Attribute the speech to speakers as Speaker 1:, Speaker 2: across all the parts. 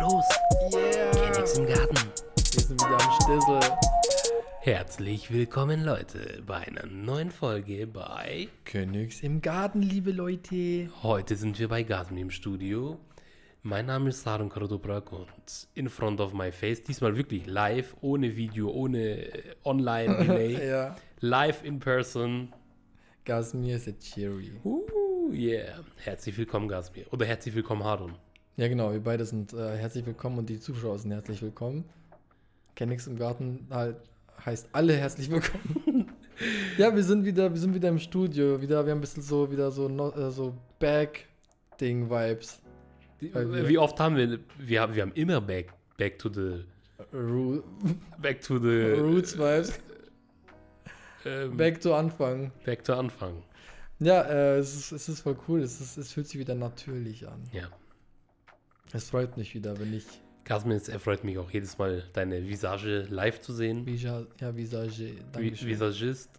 Speaker 1: los.
Speaker 2: Yeah.
Speaker 1: Nix
Speaker 2: Wir
Speaker 1: im Garten.
Speaker 2: sind wieder am Stissel.
Speaker 1: Herzlich willkommen, Leute, bei einer neuen Folge bei.
Speaker 2: Königs im Garten, liebe Leute.
Speaker 1: Heute sind wir bei Gasmi im Studio. Mein Name ist Sarun Kardobrak und in front of my face, diesmal wirklich live, ohne Video, ohne äh, Online-Delay,
Speaker 2: Ja.
Speaker 1: live in person.
Speaker 2: Gasmir ist der Cherry.
Speaker 1: Uh, yeah. Herzlich willkommen, Gasmi. Oder herzlich willkommen, Harun.
Speaker 2: Ja, genau. Wir beide sind äh, herzlich willkommen und die Zuschauer sind herzlich willkommen. Königs im Garten halt heißt alle herzlich willkommen. ja, wir sind wieder, wir sind wieder im Studio. Wieder, wir haben ein bisschen so, wieder so, no, äh, so Back-Ding-Vibes. Weil wir-
Speaker 1: Wie oft haben wir, wir haben, wir haben immer back, back to the,
Speaker 2: Ru
Speaker 1: back to
Speaker 2: Äh,
Speaker 1: the,
Speaker 2: Roots-Vibes.
Speaker 1: ähm,
Speaker 2: Back to Anfang.
Speaker 1: back to Anfang.
Speaker 2: Ja, äh, es, ist, es ist voll cool. Es, ist, es fühlt sich wieder natürlich an.
Speaker 1: Ja.
Speaker 2: Es freut mich wieder, wenn ich
Speaker 1: Kasmin, es erfreut mich auch jedes Mal, deine Visage live zu sehen.
Speaker 2: Visa, ja, Visage.
Speaker 1: Vi-
Speaker 2: Dankeschön.
Speaker 1: Visagist.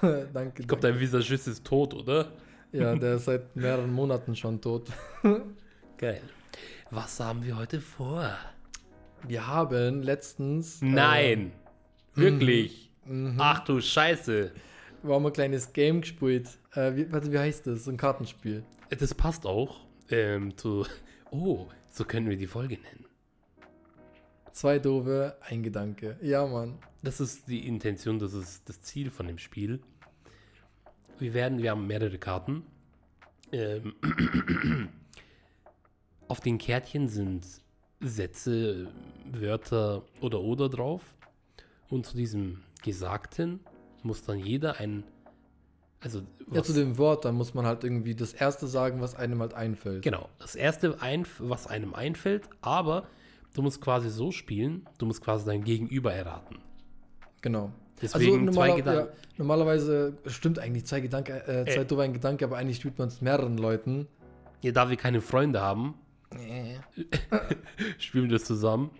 Speaker 2: danke.
Speaker 1: Ich glaube,
Speaker 2: danke.
Speaker 1: dein Visagist ist tot, oder?
Speaker 2: Ja, der ist seit mehreren Monaten schon tot.
Speaker 1: Geil. Was haben wir heute vor?
Speaker 2: Äh, Wir haben letztens. äh,
Speaker 1: Nein! Wirklich!
Speaker 2: mhm,
Speaker 1: Ach du Scheiße!
Speaker 2: wir haben ein kleines Game gespielt. Äh, wie, warte, wie heißt das? So ein Kartenspiel.
Speaker 1: Das passt auch ähm, zu. Oh, so können wir die Folge nennen.
Speaker 2: Zwei Dove, ein Gedanke. Ja, Mann.
Speaker 1: Das ist die Intention, das ist das Ziel von dem Spiel. Wir werden, wir haben mehrere Karten. Ähm, auf den Kärtchen sind Sätze, Wörter oder oder drauf. Und zu diesem Gesagten muss dann jeder ein, also
Speaker 2: Ja,
Speaker 1: was,
Speaker 2: zu dem Wort, da muss man halt irgendwie das erste sagen, was einem halt einfällt.
Speaker 1: genau, das erste, einf- was einem einfällt, aber du musst quasi so spielen, du musst quasi dein Gegenüber erraten.
Speaker 2: Genau.
Speaker 1: Deswegen zwei Gedanken.
Speaker 2: Ja, normalerweise stimmt eigentlich zwei Gedanke, äh, zwei
Speaker 1: Äh.
Speaker 2: Dove, ein Gedanke, aber eigentlich spielt man es mehreren Leuten.
Speaker 1: Ja, da wir keine Freunde haben, spielen wir das zusammen.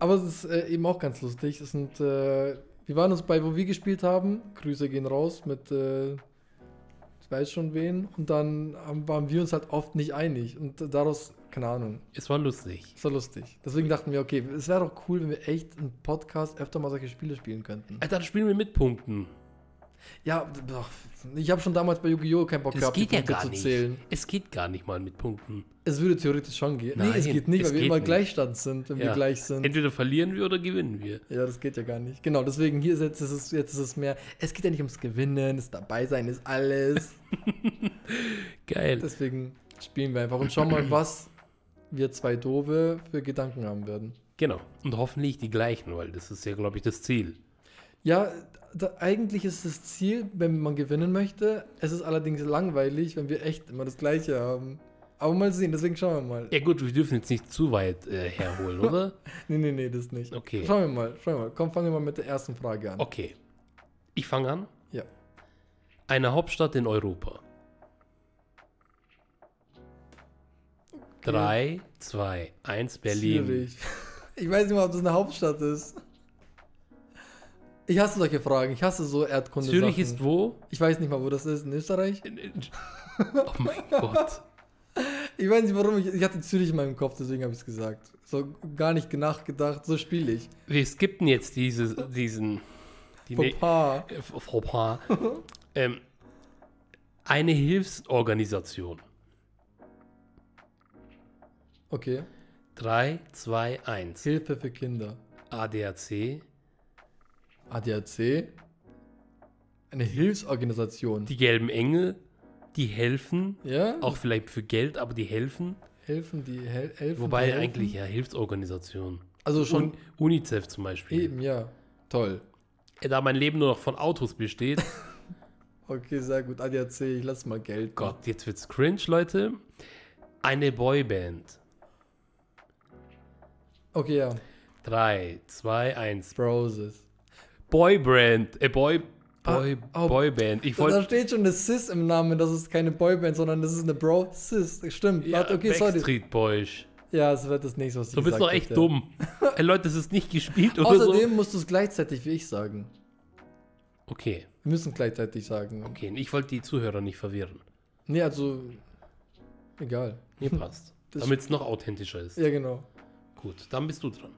Speaker 2: Aber es ist äh, eben auch ganz lustig. Es sind, äh, wir waren uns bei, wo wir gespielt haben. Grüße gehen raus mit, äh, ich weiß schon wen. Und dann haben, waren wir uns halt oft nicht einig. Und daraus, keine Ahnung,
Speaker 1: Es war lustig.
Speaker 2: ist doch lustig. Deswegen dachten wir, okay, es wäre doch cool, wenn wir echt einen Podcast öfter mal solche Spiele spielen könnten.
Speaker 1: Alter, Äh, dann spielen wir mit Punkten.
Speaker 2: Ja, doch, ich habe schon damals bei Yu-Gi-Oh! keinen Bock
Speaker 1: Das
Speaker 2: gehabt, die
Speaker 1: geht ja
Speaker 2: Punkte
Speaker 1: gar
Speaker 2: zu
Speaker 1: nicht.
Speaker 2: zählen.
Speaker 1: Es geht gar nicht mal mit Punkten.
Speaker 2: Es würde theoretisch schon gehen. nee, es
Speaker 1: Nein,
Speaker 2: geht nicht,
Speaker 1: es
Speaker 2: weil wir
Speaker 1: geht
Speaker 2: immer
Speaker 1: nicht.
Speaker 2: Gleichstand sind, wenn wir
Speaker 1: Ja.
Speaker 2: gleich sind.
Speaker 1: Entweder verlieren wir oder gewinnen wir.
Speaker 2: Ja, das geht ja gar nicht. Genau, deswegen hier ist jetzt, ist es, jetzt ist es mehr. Es geht ja nicht ums Gewinnen, das Dabeisein ist alles.
Speaker 1: Geil.
Speaker 2: Deswegen spielen wir einfach und schauen mal, was wir zwei Dove für Gedanken haben werden.
Speaker 1: genau. Und hoffentlich die gleichen, weil das ist ja, glaube ich, das Ziel.
Speaker 2: Ja, da, eigentlich ist das Ziel, wenn man gewinnen möchte. Es ist allerdings langweilig, wenn wir echt immer das Gleiche haben. Aber mal sehen, deswegen schauen wir mal.
Speaker 1: Ja gut, wir dürfen jetzt nicht zu weit äh, herholen, oder?
Speaker 2: Nee, nee, nee, das nicht.
Speaker 1: Okay.
Speaker 2: Schauen wir mal, schauen wir mal. Komm, fangen wir mal mit der ersten Frage an.
Speaker 1: Okay. Ich fange an.
Speaker 2: Ja.
Speaker 1: Eine Hauptstadt in Europa. Drei, zwei, eins, Berlin.
Speaker 2: Schwierig. Ich weiß nicht mal, ob das eine Hauptstadt ist. Ich hasse solche Fragen. Ich hasse so Erdkunde.
Speaker 1: Zürich ist wo?
Speaker 2: Ich weiß nicht mal, wo das ist. In Österreich?
Speaker 1: In- in- Oh mein Gott.
Speaker 2: Ich weiß nicht, warum. Ich, ich hatte Zürich in meinem Kopf, deswegen habe ich es gesagt. So gar nicht nachgedacht. So spiele ich.
Speaker 1: Wir skippen jetzt dieses, diesen. Die ne-
Speaker 2: Fauxpas.
Speaker 1: äh, F- Fauxpas. ähm, eine Hilfsorganisation.
Speaker 2: Okay.
Speaker 1: 3, 2, 1.
Speaker 2: Hilfe für Kinder.
Speaker 1: ADAC.
Speaker 2: ADAC. Eine Hilfsorganisation.
Speaker 1: Die gelben Engel. Die helfen.
Speaker 2: ja?
Speaker 1: Auch vielleicht für Geld, aber die helfen.
Speaker 2: helfen die Hel helfen
Speaker 1: Wobei
Speaker 2: die helfen?
Speaker 1: eigentlich ja Hilfsorganisation.
Speaker 2: Also schon
Speaker 1: Un UNICEF zum Beispiel.
Speaker 2: eben, ja. Toll.
Speaker 1: Äh, Da mein Leben nur noch von Autos besteht.
Speaker 2: Okay, sehr gut. ADAC, ich lasse mal Geld.
Speaker 1: Gott, jetzt wird's cringe, Leute. Eine Boyband.
Speaker 2: Okay, ja.
Speaker 1: 3, 2, 1.
Speaker 2: Broses.
Speaker 1: Boybrand, äh, Boy,
Speaker 2: Ah,
Speaker 1: Boy,
Speaker 2: oh.
Speaker 1: Boyband. Ich
Speaker 2: Da
Speaker 1: wollte
Speaker 2: steht schon eine Sis im Namen, das ist keine Boyband, sondern das ist eine Bro Sis. Stimmt.
Speaker 1: ja,
Speaker 2: Warte, okay,
Speaker 1: Backstreet
Speaker 2: sorry.
Speaker 1: Boys.
Speaker 2: Ja, das wird das nächste, was ich
Speaker 1: Du bist doch
Speaker 2: gesagt
Speaker 1: echt
Speaker 2: hab, ja.
Speaker 1: dumm. Ey, Leute, es ist nicht gespielt oder
Speaker 2: Außerdem
Speaker 1: so.
Speaker 2: musst du es gleichzeitig wie ich sagen.
Speaker 1: Okay,
Speaker 2: Wir müssen gleichzeitig sagen.
Speaker 1: okay. Ich wollte die Zuhörer nicht verwirren.
Speaker 2: Nee, also egal.
Speaker 1: Mir passt.
Speaker 2: Das
Speaker 1: Damit es noch authentischer ist.
Speaker 2: ja, genau.
Speaker 1: Gut, dann bist du dran.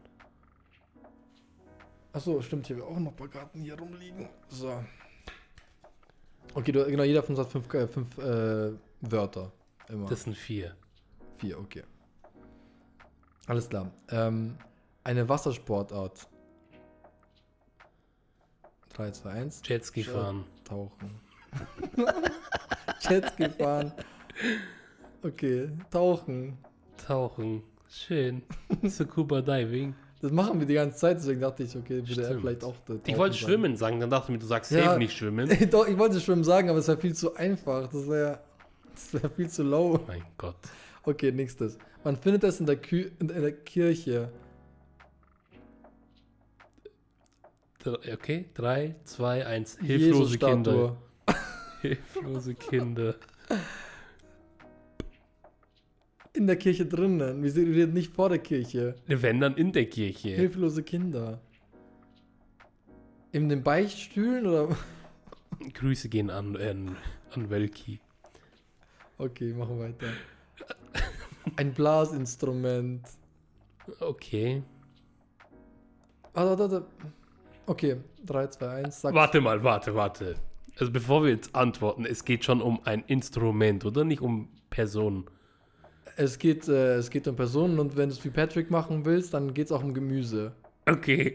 Speaker 2: Achso, stimmt, hier haben wir auch noch ein paar Karten hier rumliegen. So. Okay, du, genau, jeder von uns hat fünf, äh, fünf äh, Wörter. Immer.
Speaker 1: Das sind vier.
Speaker 2: Vier, okay. Alles klar. Ähm, eine Wassersportart. 3, 2, 1.
Speaker 1: Jetski
Speaker 2: Ja.
Speaker 1: fahren.
Speaker 2: Tauchen. Jets gefahren. Okay, tauchen.
Speaker 1: Tauchen. Schön. Scuba Diving.
Speaker 2: Das machen wir die ganze Zeit, deswegen dachte ich, okay, würde er
Speaker 1: Stimmt.
Speaker 2: vielleicht auch da
Speaker 1: Ich
Speaker 2: tauchen
Speaker 1: wollte
Speaker 2: sagen.
Speaker 1: schwimmen sagen, dann dachte ich mir, du sagst
Speaker 2: Ja.
Speaker 1: safe nicht schwimmen.
Speaker 2: Doch, ich wollte schwimmen sagen, aber es war viel zu einfach. Das wäre das wär viel zu low.
Speaker 1: Mein Gott.
Speaker 2: Okay, nächstes. Man findet es in der, Kü in in der Kirche.
Speaker 1: Dr- Okay, drei, zwei, eins. Hilflose Kinder.
Speaker 2: Jesusstatue.
Speaker 1: Hilflose Kinder.
Speaker 2: In der Kirche drinnen. Wir sind- wir reden nicht vor der Kirche.
Speaker 1: Wenn dann in der Kirche.
Speaker 2: Hilflose Kinder. In den Beichtstühlen oder?
Speaker 1: Grüße gehen an, an, an Welki.
Speaker 2: Okay, machen wir weiter. Ein Blasinstrument.
Speaker 1: Okay.
Speaker 2: Warte, warte, warte. Okay, 3, 2, 1, sag.
Speaker 1: Warte mal, warte, warte. Also bevor wir jetzt antworten, es geht schon um ein Instrument, oder? Nicht um Personen.
Speaker 2: Es geht, äh, es geht um Personen und wenn du es wie Patrick machen willst, dann geht es auch um Gemüse.
Speaker 1: Okay.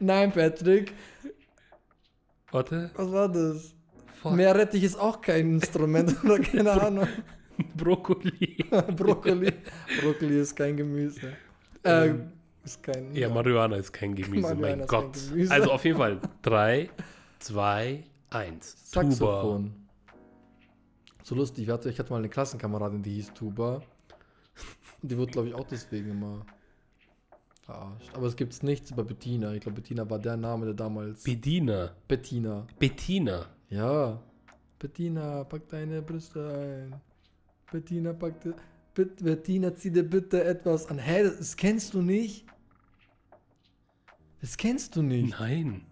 Speaker 2: Nein, Patrick,
Speaker 1: Warte.
Speaker 2: was war das?
Speaker 1: Fuck.
Speaker 2: Meerrettich ist auch kein Instrument oder keine Ahnung.
Speaker 1: Brokkoli.
Speaker 2: Brokkoli. Brokkoli ist kein Gemüse. Äh, ist kein.
Speaker 1: Ähm, Ja, Marihuana ist kein Gemüse,
Speaker 2: Marihuana
Speaker 1: mein
Speaker 2: ist kein
Speaker 1: Gott.
Speaker 2: Gemüse.
Speaker 1: Also auf jeden Fall. Drei, zwei, eins. Tuba.
Speaker 2: Saxophon. So lustig, wir hatte- ich hatte mal eine Klassenkameradin, die hieß Tuba. Und Die wurde, glaube ich, auch deswegen immer verarscht. Aber es gibt nichts über Bettina. Ich glaube, Bettina war der Name, der damals.
Speaker 1: Bediener.
Speaker 2: Bettina.
Speaker 1: Bettina.
Speaker 2: Ja. Bettina, pack deine Brüste ein. Bettina, pack de, Bet, Bettina, zieh dir bitte etwas an. Hä, das, das kennst du nicht? Das kennst du nicht.
Speaker 1: Nein.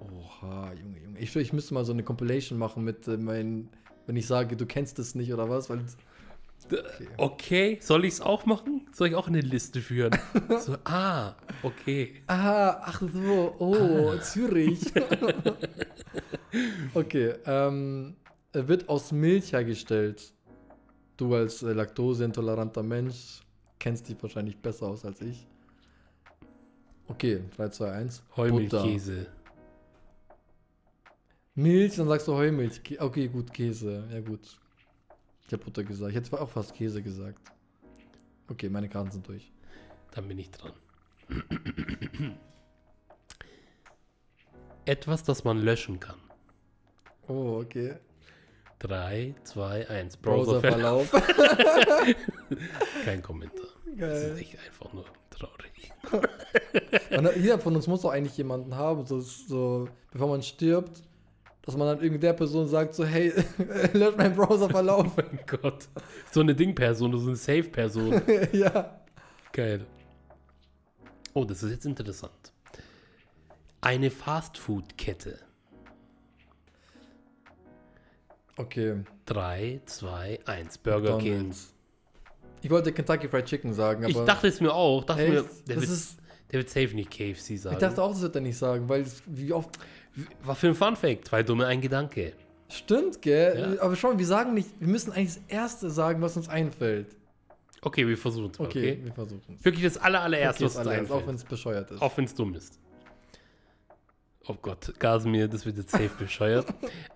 Speaker 2: Oha, Junge, Junge. Ich, schwör, ich müsste mal so eine Compilation machen mit äh, meinen, wenn ich sage, du kennst es nicht oder was, weil
Speaker 1: D- Okay, soll ich es auch machen? Soll ich auch eine Liste führen? so, ah, okay.
Speaker 2: Ah, ach so, oh, Zürich. okay, ähm, er wird aus Milch hergestellt. Du als äh, laktoseintoleranter Mensch kennst dich wahrscheinlich besser aus als ich. Okay, 3, 2, 1.
Speaker 1: Heumilchkäse.
Speaker 2: Milch, dann sagst du Heumilch. Kä- Okay, gut, Käse. Ja, gut. Ich habe Butter gesagt. Ich hätte auch fast Käse gesagt. Okay, meine Karten sind durch.
Speaker 1: Dann bin ich dran. Etwas, das man löschen kann.
Speaker 2: Oh, okay.
Speaker 1: 3, 2, 1. Browserverlauf.
Speaker 2: Browserverlauf.
Speaker 1: Kein Kommentar. Das
Speaker 2: Geil.
Speaker 1: ist echt einfach nur traurig.
Speaker 2: Man, jeder von uns muss doch eigentlich jemanden haben, so, so bevor man stirbt, dass man dann irgendeiner Person sagt, so, hey, löscht meinen
Speaker 1: Oh
Speaker 2: Browserverlauf.
Speaker 1: mein Gott. So eine Ding-Person, so eine Safe-Person.
Speaker 2: ja.
Speaker 1: Geil. Oh, das ist jetzt interessant. Eine Fastfood-Kette.
Speaker 2: Okay.
Speaker 1: 3, 2, 1. Burger King.
Speaker 2: McDonald's. Ich wollte Kentucky Fried Chicken sagen, aber
Speaker 1: Ich dachte es mir auch. Dachte
Speaker 2: Echt?
Speaker 1: mir, der,
Speaker 2: Das
Speaker 1: wird,
Speaker 2: ist-
Speaker 1: der wird safe nicht KFC sagen.
Speaker 2: ich dachte auch, das wird er nicht sagen, weil es, wie oft.
Speaker 1: Was für ein Funfact. Zwei dumme, ein Gedanke.
Speaker 2: Stimmt, gell?
Speaker 1: Ja.
Speaker 2: Aber schon, wir sagen nicht, wir müssen eigentlich das Erste sagen, was uns einfällt.
Speaker 1: Okay, wir versuchen es mal.
Speaker 2: Okay,
Speaker 1: Okay.
Speaker 2: wir versuchen es.
Speaker 1: Wirklich das aller, allererste, was uns
Speaker 2: auch wenn
Speaker 1: einfällt.
Speaker 2: es bescheuert ist.
Speaker 1: Auch wenn es dumm ist. Oh Gott, Gasimir, das wird jetzt safe bescheuert.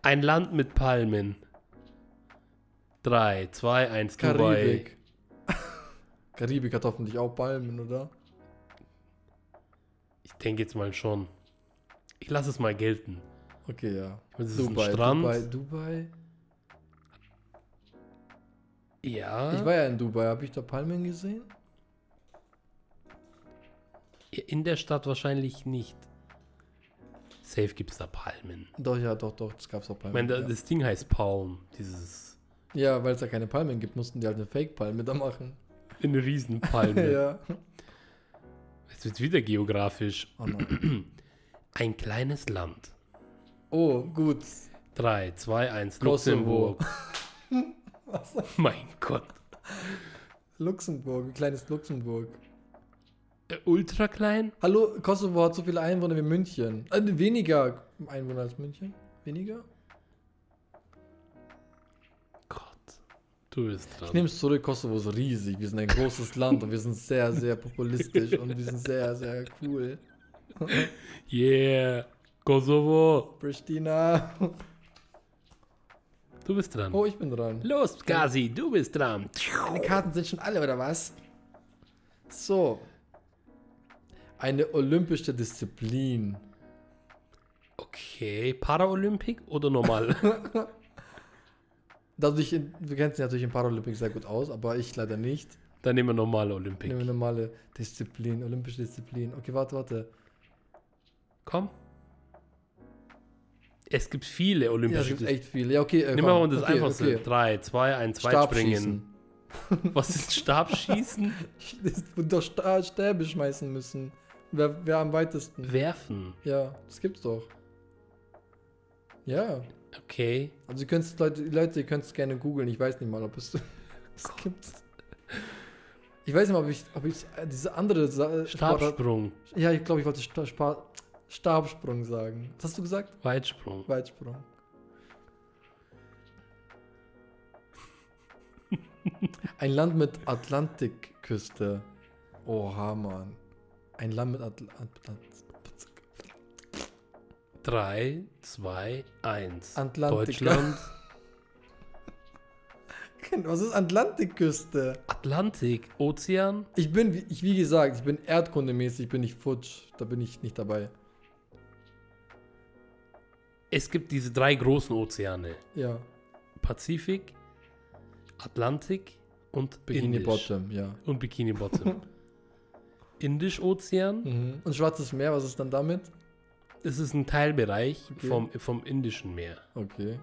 Speaker 1: Ein Land mit Palmen. 3, 2, 1, Dubai.
Speaker 2: Karibik. Karibik hat hoffentlich auch Palmen, oder?
Speaker 1: Ich denke jetzt mal schon. Ich lasse es mal gelten.
Speaker 2: Okay, ja.
Speaker 1: Das ist ein Strand.
Speaker 2: Dubai, Dubai.
Speaker 1: Ja.
Speaker 2: Ich war ja in Dubai, habe ich da Palmen gesehen?
Speaker 1: In der Stadt wahrscheinlich nicht. Safe gibt es da Palmen.
Speaker 2: Doch, ja, doch, doch, das gab's auch
Speaker 1: Ich
Speaker 2: Palmen.
Speaker 1: meine, da-
Speaker 2: ja,
Speaker 1: das Ding heißt Palm. Dieses.
Speaker 2: ja weil es da keine Palmen gibt, mussten die halt eine Fake-Palme da machen.
Speaker 1: Eine Riesenpalme.
Speaker 2: ja.
Speaker 1: Jetzt wird wieder geografisch.
Speaker 2: Oh, nein.
Speaker 1: Ein kleines Land.
Speaker 2: oh, gut.
Speaker 1: 3, 2, 1,
Speaker 2: Kosovo.
Speaker 1: Luxemburg. mein Gott.
Speaker 2: Luxemburg, wie klein ist Luxemburg?
Speaker 1: Äh, ultra klein?
Speaker 2: Hallo, Kosovo hat so viele Einwohner wie München. Äh, weniger Einwohner als München? Weniger?
Speaker 1: Gott, du bist
Speaker 2: Ich
Speaker 1: dran.
Speaker 2: nehme es zurück, Kosovo ist riesig. Wir sind ein großes Land und wir sind sehr, sehr populistisch und wir sind sehr, sehr cool.
Speaker 1: Yeah, Kosovo,
Speaker 2: Pristina.
Speaker 1: du bist dran.
Speaker 2: Oh, ich bin dran.
Speaker 1: Los, Gazi, du bist dran.
Speaker 2: Die Karten sind schon alle, oder was? So. Eine olympische Disziplin.
Speaker 1: Okay, Paralympic oder normal?
Speaker 2: Dadurch, wir kennen sie natürlich im Paralympics sehr gut aus, aber ich leider nicht.
Speaker 1: Dann nehmen wir normale
Speaker 2: Ich
Speaker 1: Olympic.
Speaker 2: nehme normale Disziplin, olympische Disziplin. Okay, warte, warte.
Speaker 1: Komm. Es gibt viele
Speaker 2: Ja, es
Speaker 1: olympische
Speaker 2: gibt
Speaker 1: Disziplinen.
Speaker 2: echt viele. Ja, okay. Äh,
Speaker 1: Nehmen wir
Speaker 2: komm.
Speaker 1: mal das
Speaker 2: okay,
Speaker 1: einfachste. 3, 2, 1, Weitspringen.
Speaker 2: Stabschießen.
Speaker 1: Was ist Stabschießen?
Speaker 2: Das wird doch Sta- Stäbe schmeißen müssen. Wer, wer am weitesten?
Speaker 1: Werfen.
Speaker 2: Ja, das gibt's doch. Ja.
Speaker 1: Okay.
Speaker 2: Also ihr könnt Leute, Leute, ihr könnt es gerne googeln. Ich weiß nicht mal, ob es es gibt. Ich weiß nicht mal, ob ich, ob ich äh, diese andere Sa Sportart-
Speaker 1: Stabsprung.
Speaker 2: Ja, ich glaube, ich wollte Sta Spa Stabsprung sagen. Was hast du gesagt?
Speaker 1: Weitsprung.
Speaker 2: Weitsprung. Ein Land mit Atlantikküste. Oha, Mann. Ein Land mit Atl Atl
Speaker 1: Drei, zwei, eins.
Speaker 2: Atlantik.
Speaker 1: Deutschland.
Speaker 2: Was ist Atlantikküste?
Speaker 1: Atlantik. Ozean.
Speaker 2: Ich bin, wie- ich, wie gesagt, ich bin erdkundemäßig, bin ich futsch. Da bin ich nicht dabei.
Speaker 1: Es gibt diese drei großen Ozeane.
Speaker 2: Ja.
Speaker 1: Pazifik, Atlantik und
Speaker 2: Bikini
Speaker 1: Indisch.
Speaker 2: Bottom, ja.
Speaker 1: Und Bikini Bottom. Indisch-Ozean.
Speaker 2: Mhm. Und Schwarzes Meer, was ist dann damit?
Speaker 1: Es ist ein Teilbereich
Speaker 2: Okay.
Speaker 1: vom, vom Indischen Meer.
Speaker 2: Okay.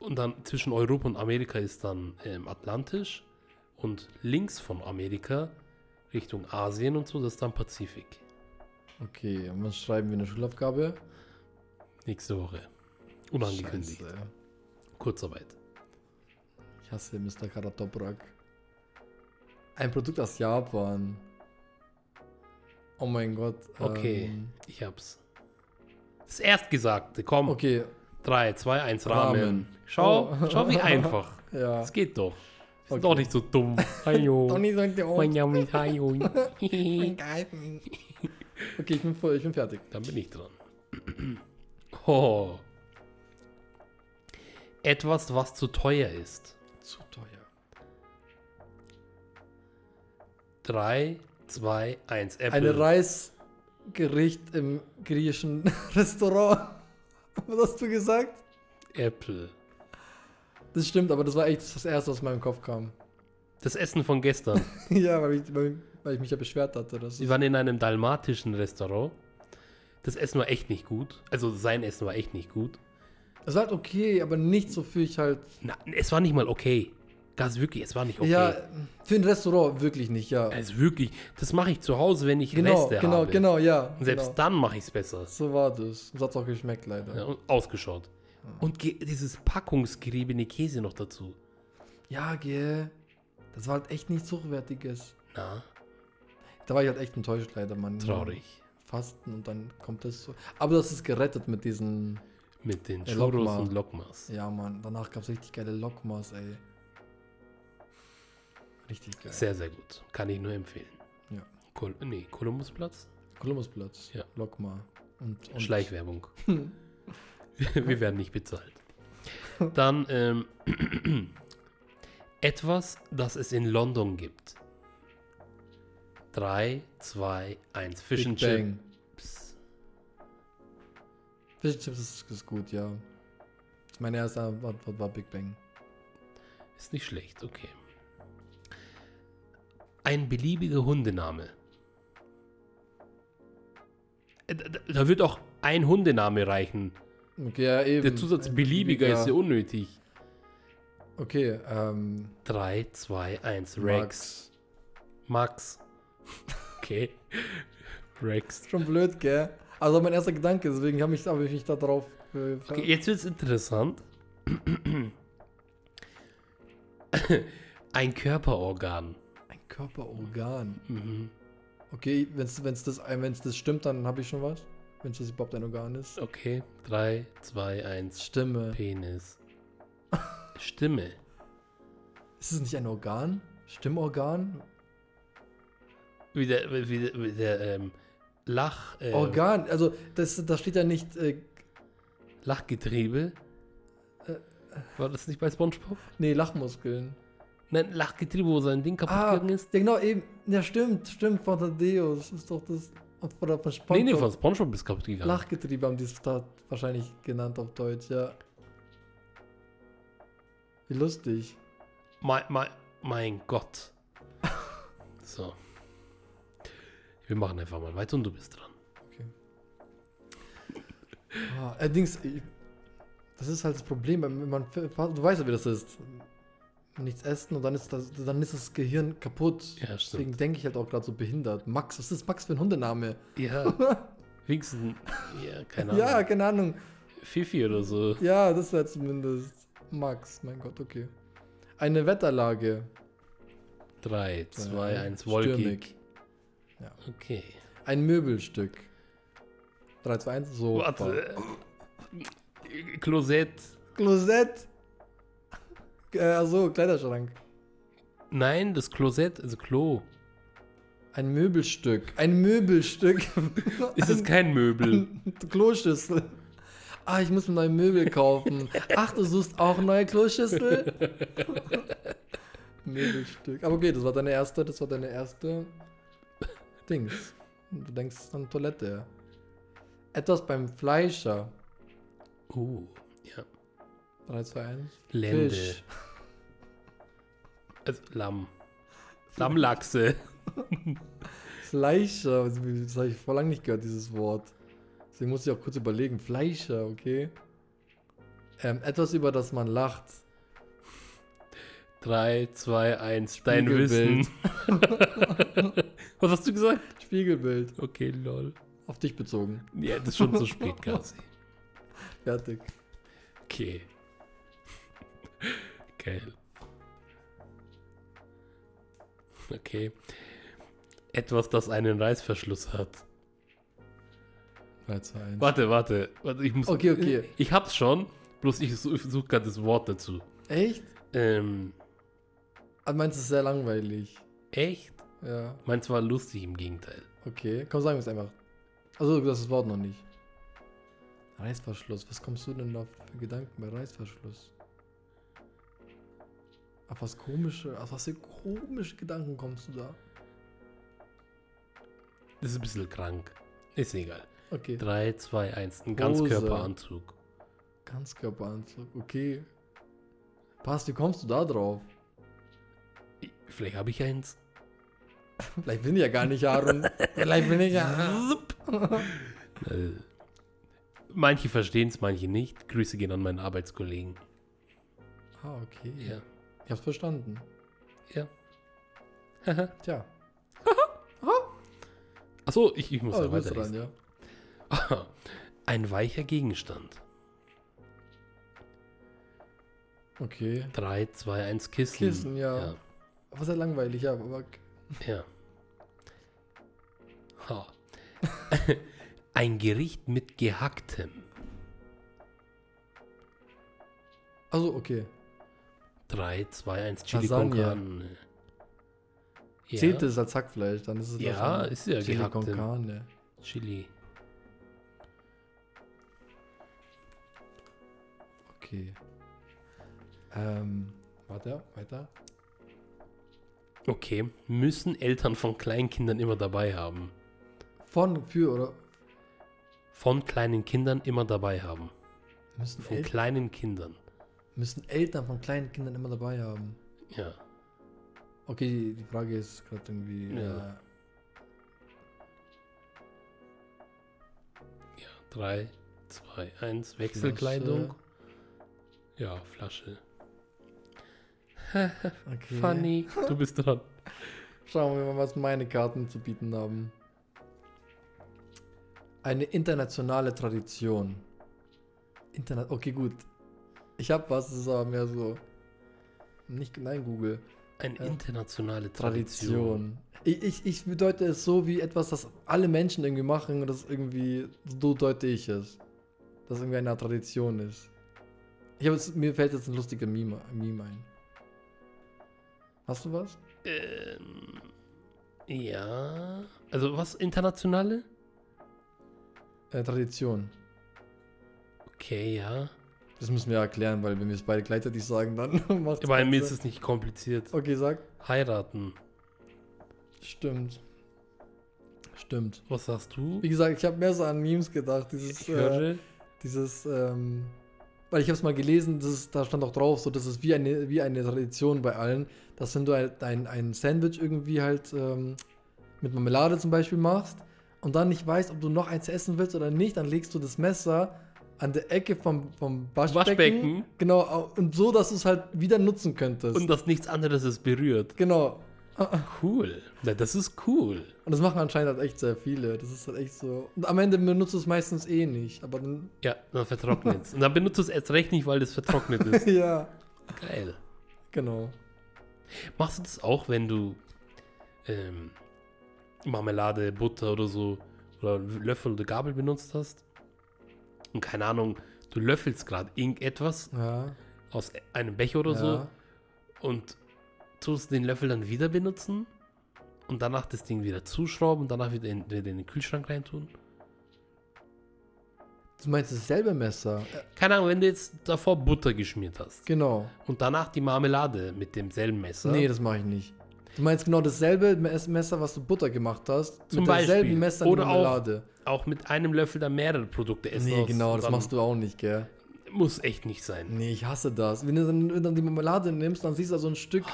Speaker 1: Und dann zwischen Europa und Amerika ist dann ähm, Atlantisch. Und links von Amerika Richtung Asien und so, das ist dann Pazifik.
Speaker 2: Okay, und was schreiben wir in der Schulaufgabe?
Speaker 1: Nächste Woche. Unangekündigt.
Speaker 2: Scheiße.
Speaker 1: Kurzarbeit.
Speaker 2: Ich hasse Mr. Karatoprak. Ein Produkt aus Japan. Oh mein Gott.
Speaker 1: Okay,
Speaker 2: Ähm,
Speaker 1: ich hab's. Das Erstgesagte, komm.
Speaker 2: okay,
Speaker 1: 3, 2, 1, Rahmen.
Speaker 2: Rahmen.
Speaker 1: Schau,
Speaker 2: Oh.
Speaker 1: schau, wie einfach.
Speaker 2: ja.
Speaker 1: Es geht doch. Wir sind
Speaker 2: Okay.
Speaker 1: doch nicht so dumm. Hallo.
Speaker 2: Donny sagt ja auch.
Speaker 1: Mein Name ist Hajo.
Speaker 2: oh, mein Geil. Okay, ich bin, voll, ich bin fertig.
Speaker 1: Dann bin ich dran. Oh. Etwas, was zu teuer ist.
Speaker 2: Zu teuer.
Speaker 1: 3, 2, 1. Apple.
Speaker 2: Ein Reisgericht im griechischen Restaurant. Was hast du gesagt?
Speaker 1: Apple.
Speaker 2: Das stimmt, aber das war echt das Erste, was in meinem Kopf kam.
Speaker 1: Das Essen von gestern.
Speaker 2: ja, weil ich, weil, weil ich mich ja beschwert hatte. Dass
Speaker 1: Wir waren in einem dalmatischen Restaurant. Das Essen war echt nicht gut. Also sein Essen war echt nicht gut.
Speaker 2: es war halt okay, aber nicht so viel ich halt
Speaker 1: Na, es war nicht mal okay. Ganz wirklich, es war nicht okay.
Speaker 2: Ja, für ein Restaurant wirklich nicht, ja.
Speaker 1: Also wirklich, das mache ich zu Hause, wenn ich
Speaker 2: genau,
Speaker 1: Reste
Speaker 2: genau,
Speaker 1: habe.
Speaker 2: genau, ja.
Speaker 1: Und selbst
Speaker 2: genau.
Speaker 1: dann mache ich es besser.
Speaker 2: So war das. Und hat's auch geschmeckt, leider.
Speaker 1: Ja,
Speaker 2: Ja,
Speaker 1: und ausgeschaut.
Speaker 2: Hm.
Speaker 1: Und ge- dieses packungsgeriebene Käse noch dazu.
Speaker 2: gell. Das war halt echt nichts Hochwertiges.
Speaker 1: Na,
Speaker 2: Da war ich halt echt enttäuscht, leider, Mann.
Speaker 1: traurig.
Speaker 2: Fasten und dann kommt das so. Aber das ist gerettet mit diesen.
Speaker 1: Mit den
Speaker 2: Ja,
Speaker 1: Churros
Speaker 2: Lokma.
Speaker 1: und Lokmas.
Speaker 2: Ja, Mann, danach gab's richtig geile Lokmas, ey. Richtig geil.
Speaker 1: Sehr, sehr gut. Kann ich nur empfehlen.
Speaker 2: Ja.
Speaker 1: Kol nee, Kolumbusplatz?
Speaker 2: Kolumbusplatz.
Speaker 1: Ja.
Speaker 2: Lokma. Und, Hm. und
Speaker 1: Schleichwerbung. Wir werden nicht bezahlt. Dann ähm, etwas, das es in London gibt. 3, 2, 1. Fish
Speaker 2: Big
Speaker 1: and
Speaker 2: Bang.
Speaker 1: Chips.
Speaker 2: Fish and Chips ist, ist gut, ja. Meine erste Antwort war Big Bang.
Speaker 1: Ist nicht schlecht, okay. Ein beliebiger Hundename. Äh, Da, da wird auch ein Hundename reichen.
Speaker 2: Okay, ja, eben.
Speaker 1: Der Zusatz beliebiger ist ja unnötig.
Speaker 2: Okay, ähm.
Speaker 1: 3, 2, 1, Rex. Max. Okay. Rex.
Speaker 2: Max. Schon blöd, gell? Also mein erster Gedanke, deswegen habe ich, hab ich mich da drauf. Äh, ver-
Speaker 1: Okay, jetzt wird's interessant. Ein Körperorgan.
Speaker 2: Ein Körperorgan.
Speaker 1: Mhm.
Speaker 2: Okay, wenn es wenn's das, äh, wenn's das stimmt, dann habe ich schon was. Wenn es überhaupt ein Organ ist.
Speaker 1: Okay, 3, 2, 1.
Speaker 2: Stimme.
Speaker 1: Penis. Stimme.
Speaker 2: Ist es nicht ein Organ? Stimmorgan?
Speaker 1: Wie der, wie der, wie der ähm, Lach, äh,
Speaker 2: Organ, also das, da steht ja nicht. Äh,
Speaker 1: Lachgetriebe.
Speaker 2: Äh,
Speaker 1: War das nicht bei Spongebob?
Speaker 2: nee, Lachmuskeln.
Speaker 1: Nein, Lachgetriebe, wo sein Ding kaputt
Speaker 2: Ah,
Speaker 1: gegangen ist.
Speaker 2: ja, genau, eben. Ja, stimmt, stimmt, von Thaddeus. Ist doch das. Oder von Spongebob.
Speaker 1: Nee, nee, von Spongebob ist kaputt gegangen.
Speaker 2: Lachgetriebe haben die es da wahrscheinlich genannt auf Deutsch, ja. Wie lustig.
Speaker 1: Mein, mein, mein Gott. So. Wir machen einfach mal weiter und du bist dran.
Speaker 2: Ah, allerdings, ich- das ist halt das Problem, wenn man, du weißt ja, wie das ist. Nichts essen und dann ist das, dann ist das Gehirn kaputt.
Speaker 1: Ja, stimmt.
Speaker 2: Deswegen denke ich halt auch gerade so behindert. Max, was ist Max für ein Hundename?
Speaker 1: Ja. Wenigstens. Ja, keine Ahnung.
Speaker 2: Ja, keine Ahnung.
Speaker 1: Fifi oder so.
Speaker 2: Ja, das wäre zumindest Max. Mein Gott, okay. Eine Wetterlage.
Speaker 1: 3, 2,
Speaker 2: Ja,
Speaker 1: 1, wolkig.
Speaker 2: Äh, stürmig.
Speaker 1: Okay.
Speaker 2: Ein Möbelstück. 3, 2, 1, so.
Speaker 1: Warte. Klosett.
Speaker 2: Klosett. Äh, also, Kleiderschrank.
Speaker 1: Nein, das Klosett, also Klo.
Speaker 2: Ein Möbelstück. Ein Möbelstück.
Speaker 1: Ist es kein Möbel?
Speaker 2: Kloschüssel. Ah, ich muss mir neue Möbel kaufen. Ach, du suchst auch neue Kloschüssel? Möbelstück. Aber okay, das war deine erste, das war deine erste Dings. Du denkst an Toilette. Etwas beim Fleischer.
Speaker 1: Oh, ja.
Speaker 2: 3, 2, 1.
Speaker 1: Lende.
Speaker 2: Fisch.
Speaker 1: Also Lamm. Lammlachse.
Speaker 2: Fleischer. Das habe ich vor lang nicht gehört, dieses Wort. Deswegen muss ich auch kurz überlegen. Fleischer, okay. Ähm, etwas, über das man lacht.
Speaker 1: 3, 2, 1, dein
Speaker 2: Spiegelbild.
Speaker 1: Wissen. Was hast du gesagt?
Speaker 2: Spiegelbild.
Speaker 1: Okay, lol.
Speaker 2: Auf dich bezogen.
Speaker 1: Ja, das ist schon zu spät, Kasi.
Speaker 2: Fertig.
Speaker 1: Okay. Geil. Okay. Etwas, das einen Reißverschluss hat.
Speaker 2: 3, 2, 1.
Speaker 1: Warte, warte. warte ich muss,
Speaker 2: Okay, okay.
Speaker 1: Ich hab's schon, bloß ich suche gerade das Wort dazu.
Speaker 2: Echt?
Speaker 1: Ähm,
Speaker 2: Ah, Meinst du, es ist sehr langweilig?
Speaker 1: echt?
Speaker 2: Ja,
Speaker 1: Meins war lustig, im Gegenteil.
Speaker 2: okay. Komm, sagen wir es einfach. Also, das ist das Wort noch nicht. Reißverschluss. Was kommst du denn da für Gedanken bei Reißverschluss? Auf was komische, auf was für komische Gedanken kommst du da?
Speaker 1: Das ist ein bisschen krank. Ist egal.
Speaker 2: Okay.
Speaker 1: 3, 2, 1. Ein
Speaker 2: Hose.
Speaker 1: Ganzkörperanzug.
Speaker 2: Ganzkörperanzug. Okay. Passt, wie kommst du da drauf?
Speaker 1: Ich- Vielleicht habe ich eins.
Speaker 2: Vielleicht bin ich ja gar nicht Aaron. Vielleicht bin ich ja.
Speaker 1: Äh, manche verstehen es, manche nicht. Grüße gehen an meinen Arbeitskollegen.
Speaker 2: Ah, okay.
Speaker 1: Ja.
Speaker 2: Ich hab's verstanden.
Speaker 1: Ja.
Speaker 2: Tja.
Speaker 1: Achso, ich, ich muss
Speaker 2: Oh,
Speaker 1: ja
Speaker 2: du bist dran,
Speaker 1: weiterlesen.
Speaker 2: ja.
Speaker 1: Ein weicher Gegenstand.
Speaker 2: Okay.
Speaker 1: 3, 2, 1. Kissen.
Speaker 2: Kissen, ja. Aber sehr langweilig, ja, aber
Speaker 1: Ja. Ha. Ein Gericht mit gehacktem.
Speaker 2: Also, okay.
Speaker 1: 3, 2, 1, Chili
Speaker 2: Lasagne.
Speaker 1: con carne. Ja,
Speaker 2: Zählt es als Hackfleisch, dann ist es
Speaker 1: Ja,
Speaker 2: wahrscheinlich
Speaker 1: ist ja
Speaker 2: Chili con
Speaker 1: gehackte.
Speaker 2: Carne.
Speaker 1: Chili.
Speaker 2: Okay. Ähm, warte, weiter.
Speaker 1: Okay, müssen Eltern von Kleinkindern immer dabei haben.
Speaker 2: Von, für oder
Speaker 1: Von kleinen Kindern immer dabei haben.
Speaker 2: müssen,
Speaker 1: Von
Speaker 2: El
Speaker 1: kleinen Kindern.
Speaker 2: müssen Eltern von kleinen Kindern immer dabei haben.
Speaker 1: Ja.
Speaker 2: Okay, die, die Frage ist gerade irgendwie.
Speaker 1: Ja.
Speaker 2: Äh,
Speaker 1: Ja. 3, 2, 1, Wechselkleidung. Ja, Flasche.
Speaker 2: Flasche. äh, Okay.
Speaker 1: Funny. Du bist dran.
Speaker 2: Schauen wir mal, was meine Karten zu bieten haben. Eine internationale Tradition. Interna okay, gut. Ich hab was, das ist aber mehr so. Nicht, nein, Google.
Speaker 1: Eine
Speaker 2: Ja.
Speaker 1: internationale Tradition.
Speaker 2: Tradition. Ich, ich, ich bedeute es so wie etwas, das alle Menschen irgendwie machen und das irgendwie, so deute ich es. Dass irgendwie eine Tradition ist. Ich habe jetzt, mir fällt jetzt ein lustiger Meme, Meme ein. Hast du was?
Speaker 1: Ähm, ja. Also was internationale?
Speaker 2: Äh, Tradition.
Speaker 1: Okay, ja.
Speaker 2: Das müssen wir erklären, weil wenn wir es beide gleichzeitig sagen, dann macht
Speaker 1: Aber mir ist es nicht kompliziert.
Speaker 2: Okay, sag.
Speaker 1: Heiraten.
Speaker 2: Stimmt. Stimmt.
Speaker 1: Was sagst du?
Speaker 2: Wie gesagt, ich habe mehr so an Memes gedacht. Dieses,
Speaker 1: Ich
Speaker 2: äh,
Speaker 1: höre.
Speaker 2: dieses, ähm, weil ich habe es mal gelesen, das ist, da stand auch drauf, so, das ist wie eine, wie eine Tradition bei allen, dass wenn du halt ein, ein Sandwich irgendwie halt ähm, mit Marmelade zum Beispiel machst und dann nicht weißt, ob du noch eins essen willst oder nicht, dann legst du das Messer an der Ecke vom, vom Waschbecken,
Speaker 1: Waschbecken.
Speaker 2: Genau, au- und so, dass du es halt wieder nutzen könntest.
Speaker 1: Und dass nichts anderes es berührt.
Speaker 2: genau.
Speaker 1: Cool. Na, das ist cool.
Speaker 2: Und das machen anscheinend halt echt sehr viele. Das ist halt echt so. Und am Ende benutzt du es meistens eh nicht. Aber dann.
Speaker 1: Ja, dann vertrocknet es. Und dann benutzt du es erst recht nicht, weil es vertrocknet ist.
Speaker 2: ja,
Speaker 1: Geil.
Speaker 2: genau.
Speaker 1: Machst du das auch, wenn du ähm, Marmelade, Butter oder so oder Löffel oder Gabel benutzt hast? Und keine Ahnung, du löffelst gerade irgendetwas
Speaker 2: Ja.
Speaker 1: aus einem Becher oder
Speaker 2: ja.
Speaker 1: so und tust den Löffel dann wieder benutzen und danach das Ding wieder zuschrauben und danach wieder in, wieder in den Kühlschrank reintun?
Speaker 2: Du meinst dasselbe Messer? Äh,
Speaker 1: Keine Ahnung, wenn du jetzt davor Butter geschmiert hast
Speaker 2: genau.
Speaker 1: und danach die Marmelade mit demselben Messer.
Speaker 2: Nee, das mache ich nicht. Du meinst genau dasselbe Mes- Messer, was du Butter gemacht hast,
Speaker 1: Zum
Speaker 2: mit derselben
Speaker 1: Beispiel.
Speaker 2: Messer in
Speaker 1: Oder
Speaker 2: die
Speaker 1: auch
Speaker 2: Marmelade.
Speaker 1: auch mit einem Löffel dann mehrere Produkte essen.
Speaker 2: Nee, genau,
Speaker 1: und
Speaker 2: das
Speaker 1: dann
Speaker 2: machst du auch nicht, gell?
Speaker 1: Muss echt nicht sein.
Speaker 2: Nee, ich hasse das. Wenn du dann, wenn du dann die Marmelade nimmst, dann siehst du da so ein Stück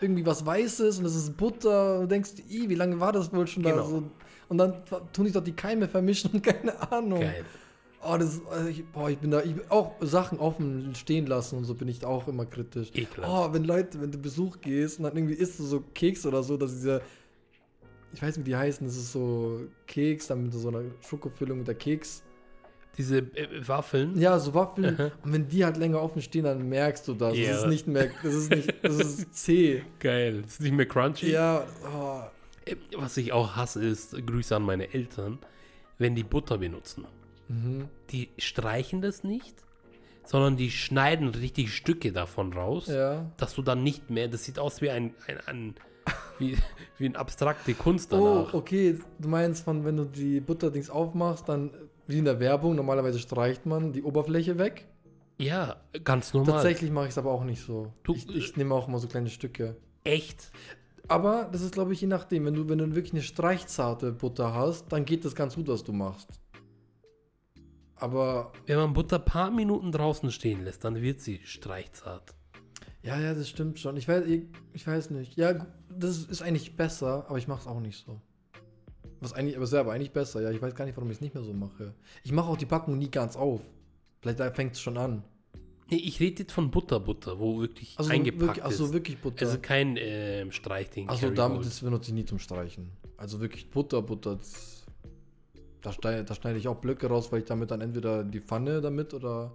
Speaker 2: irgendwie was Weißes und es ist Butter und du denkst, "Ih, wie lange war das wohl schon da
Speaker 1: Genau.
Speaker 2: so? Und dann tun ich doch die Keime vermischen und keine Ahnung.
Speaker 1: Geil.
Speaker 2: Oh, das ist, also ich, boah, ich bin da, ich, auch Sachen offen stehen lassen und so bin ich auch immer kritisch.
Speaker 1: Ekelhaft.
Speaker 2: Oh, wenn Leute, wenn du Besuch gehst und dann irgendwie isst du so Keks oder so, dass diese, ich weiß nicht, wie die heißen, das ist so Keks, dann mit so einer Schokofüllung mit der Keks.
Speaker 1: Diese äh, Waffeln,
Speaker 2: Ja, so Waffeln. Und wenn die halt länger offen stehen, dann merkst du das.
Speaker 1: Ja.
Speaker 2: Das ist nicht mehr, das ist nicht, das ist zäh.
Speaker 1: geil. Ist nicht mehr crunchy.
Speaker 2: Ja, oh,
Speaker 1: Äh, Was ich auch hasse, ist, Grüße an meine Eltern, wenn die Butter benutzen.
Speaker 2: Mhm.
Speaker 1: Die streichen das nicht, sondern die schneiden richtig Stücke davon raus,
Speaker 2: ja.
Speaker 1: dass du dann nicht mehr, das sieht aus wie ein, ein, ein wie, wie eine abstrakte Kunst
Speaker 2: Oh,
Speaker 1: danach.
Speaker 2: okay, du meinst von, wenn du die Butterdings aufmachst, dann, wie in der Werbung, normalerweise streicht man die Oberfläche weg.
Speaker 1: Ja, ganz normal.
Speaker 2: Tatsächlich mache ich es aber auch nicht so.
Speaker 1: Du-
Speaker 2: ich ich nehme auch immer so kleine Stücke.
Speaker 1: Echt?
Speaker 2: Aber das ist, glaube ich, je nachdem. Wenn du, wenn du wirklich eine streichzarte Butter hast, dann geht das ganz gut, was du machst. Aber,
Speaker 1: Wenn man Butter ein paar Minuten draußen stehen lässt, dann wird sie streichzart.
Speaker 2: ja, ja, das stimmt schon. Ich weiß, ich, ich weiß nicht. Ja, gu- das ist eigentlich besser, aber ich mache es auch nicht so. Was eigentlich, aber es wäre aber eigentlich besser. Ja, ich weiß gar nicht, warum ich es nicht mehr so mache. Ich mache auch die Packung nie ganz auf. Vielleicht fängt es schon an.
Speaker 1: Nee, ich rede jetzt von Butterbutter, wo wirklich
Speaker 2: Also
Speaker 1: eingepackt
Speaker 2: wirklich, also
Speaker 1: ist.
Speaker 2: wirklich Butter.
Speaker 1: Also kein ähm, Streichding.
Speaker 2: Achso,
Speaker 1: Kerrygold.
Speaker 2: Also damit das benutze ich nie zum Streichen. Also wirklich Butter, Butter. Das, da, schneide, da schneide ich auch Blöcke raus, weil ich damit dann entweder die Pfanne damit oder.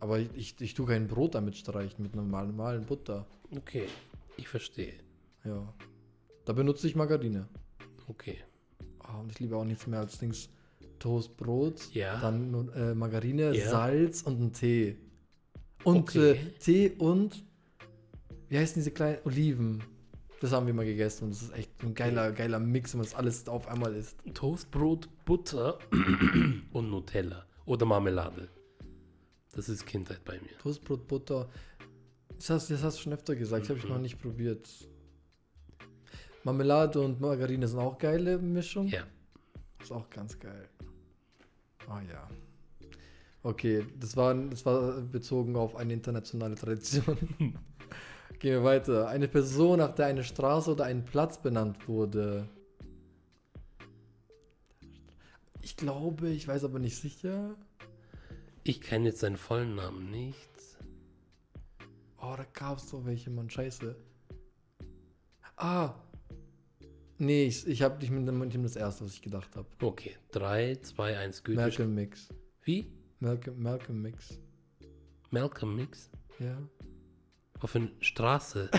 Speaker 2: Aber ich, ich, ich tue kein Brot damit streichen, mit normalen, normalen Butter.
Speaker 1: Okay, ich verstehe.
Speaker 2: Ja. Da benutze ich Margarine.
Speaker 1: Okay.
Speaker 2: Ah, und ich liebe auch nichts mehr als Dings Toast, Brot,
Speaker 1: Ja.
Speaker 2: dann nur, äh, Margarine,
Speaker 1: Ja.
Speaker 2: Salz und einen Tee. Und
Speaker 1: Okay.
Speaker 2: äh, Tee und wie heißen diese kleinen Oliven? Das haben wir mal gegessen und das ist echt ein geiler, geiler Mix, wenn man das alles auf einmal isst.
Speaker 1: Toastbrot, Butter und Nutella. Oder Marmelade. Das ist Kindheit bei mir.
Speaker 2: Toastbrot, Butter. Das hast, das hast du schon öfter gesagt, das habe ich
Speaker 1: Mhm.
Speaker 2: noch nicht probiert. Marmelade und Margarine sind auch geile Mischung.
Speaker 1: Ja.
Speaker 2: Ist auch ganz geil. Ah ja. Okay, das war, das war bezogen auf eine internationale Tradition. Gehen wir weiter. Eine Person, nach der eine Straße oder ein Platz benannt wurde. Ich glaube, ich weiß aber nicht sicher.
Speaker 1: Ich kenne jetzt seinen vollen Namen nicht.
Speaker 2: Oh, da gab es doch welche, Mann. Scheiße. Ah. Nee, ich, ich habe nicht mit dem mit dem das erste, was ich gedacht habe.
Speaker 1: Okay, 3, 2, 1, Goethe.
Speaker 2: Malcolm Mix.
Speaker 1: Wie?
Speaker 2: Malcolm, Malcolm Mix.
Speaker 1: Malcolm Mix?
Speaker 2: Ja.
Speaker 1: auf eine Straße.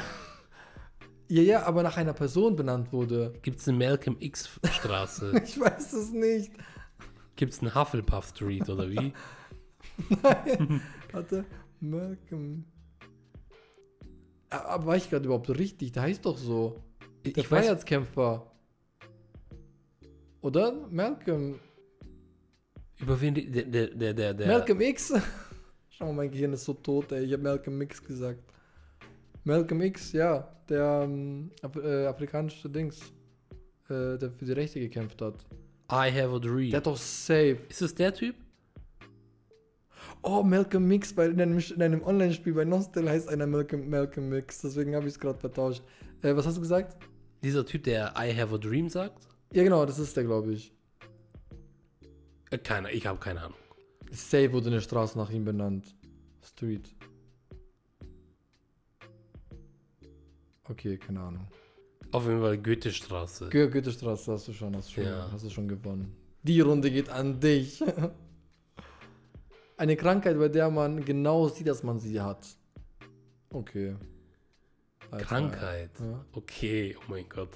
Speaker 2: Ja, ja, aber nach einer Person benannt wurde.
Speaker 1: Gibt es eine Malcolm X-Straße?
Speaker 2: Ich weiß es nicht.
Speaker 1: Gibt es eine Hufflepuff Street oder wie?
Speaker 2: Warte, Malcolm. A- Aber war ich gerade überhaupt richtig? Der heißt doch so.
Speaker 1: Ich,
Speaker 2: Der
Speaker 1: ich weiß,
Speaker 2: Freiheitskämpfer. Oder? Malcolm.
Speaker 1: über wen die- der, der, der, der, der.
Speaker 2: Malcolm X. Schau mal, mein Gehirn ist so tot, ey. Ich habe Malcolm X gesagt. Malcolm X, ja. Der ähm, Af äh, afrikanische Dings. Äh, der für die Rechte gekämpft hat.
Speaker 1: I have a dream.
Speaker 2: Der hat doch safe.
Speaker 1: ist es der Typ?
Speaker 2: Oh, Malcolm Mix, bei in einem, in einem Online-Spiel bei Nostel heißt einer Malcolm, Malcolm Mix, deswegen habe ich es gerade vertauscht. Äh, was hast du gesagt?
Speaker 1: Dieser Typ, der I have a dream sagt?
Speaker 2: Ja, genau, das ist der, glaube ich.
Speaker 1: Äh, Keiner, ich habe keine Ahnung.
Speaker 2: Say wurde eine Straße nach ihm benannt. Street. Okay, keine Ahnung.
Speaker 1: Auf jeden Fall Goethestraße.
Speaker 2: Gö Goethestraße hast du schon, hast du schon,
Speaker 1: Ja.
Speaker 2: hast du schon gewonnen. Die Runde geht an dich. Eine Krankheit, bei der man genau sieht, dass man sie hat. Okay. Drei, zwei,
Speaker 1: Krankheit.
Speaker 2: Ja.
Speaker 1: Okay, oh mein Gott.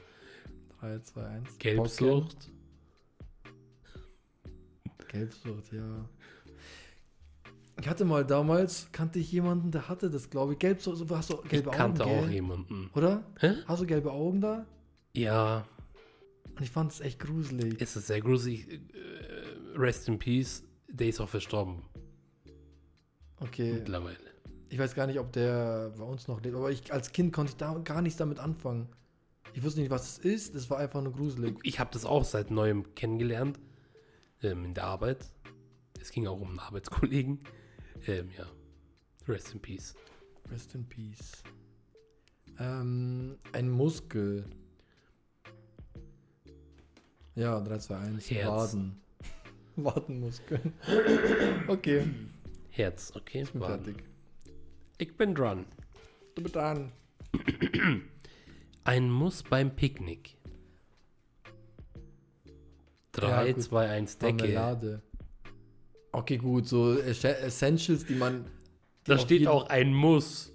Speaker 2: 3, 2, 1.
Speaker 1: Gelbsucht.
Speaker 2: Gelbsucht, ja. Ich hatte mal damals, kannte ich jemanden, der hatte das, glaube ich. Gelbsucht, so hast du
Speaker 1: Ich
Speaker 2: gelbe Augen.
Speaker 1: kannte auch
Speaker 2: gell?
Speaker 1: jemanden.
Speaker 2: Oder?
Speaker 1: Hä?
Speaker 2: Hast du gelbe Augen da?
Speaker 1: Ja,
Speaker 2: Und ich fand es echt gruselig.
Speaker 1: es ist sehr gruselig. Äh, Rest in Peace. Der ist auch verstorben
Speaker 2: Okay.
Speaker 1: mittlerweile.
Speaker 2: Ich weiß gar nicht, ob der bei uns noch lebt, aber ich als Kind konnte ich da gar nichts damit anfangen. Ich wusste nicht, was es ist. Es war einfach nur gruselig.
Speaker 1: Ich habe das auch seit neuem kennengelernt. Ähm, in der Arbeit. Es ging auch um einen Arbeitskollegen. Ähm, ja. Rest in Peace.
Speaker 2: Rest in peace. Ähm, ein Muskel. Ja, 3, 2, 1.
Speaker 1: Herz.
Speaker 2: Waden. Wadenmuskeln. Okay,
Speaker 1: Herz, okay.
Speaker 2: ich bin
Speaker 1: Waden.
Speaker 2: fertig.
Speaker 1: Ich bin dran.
Speaker 2: Du bist dran.
Speaker 1: Ein Muss beim Picknick. 3,
Speaker 2: gut.
Speaker 1: 2, 1, Decke.
Speaker 2: Marmelade. Okay, gut, so Ess- Essentials, die man.
Speaker 1: Da
Speaker 2: auf
Speaker 1: steht
Speaker 2: jeden-
Speaker 1: auch ein Muss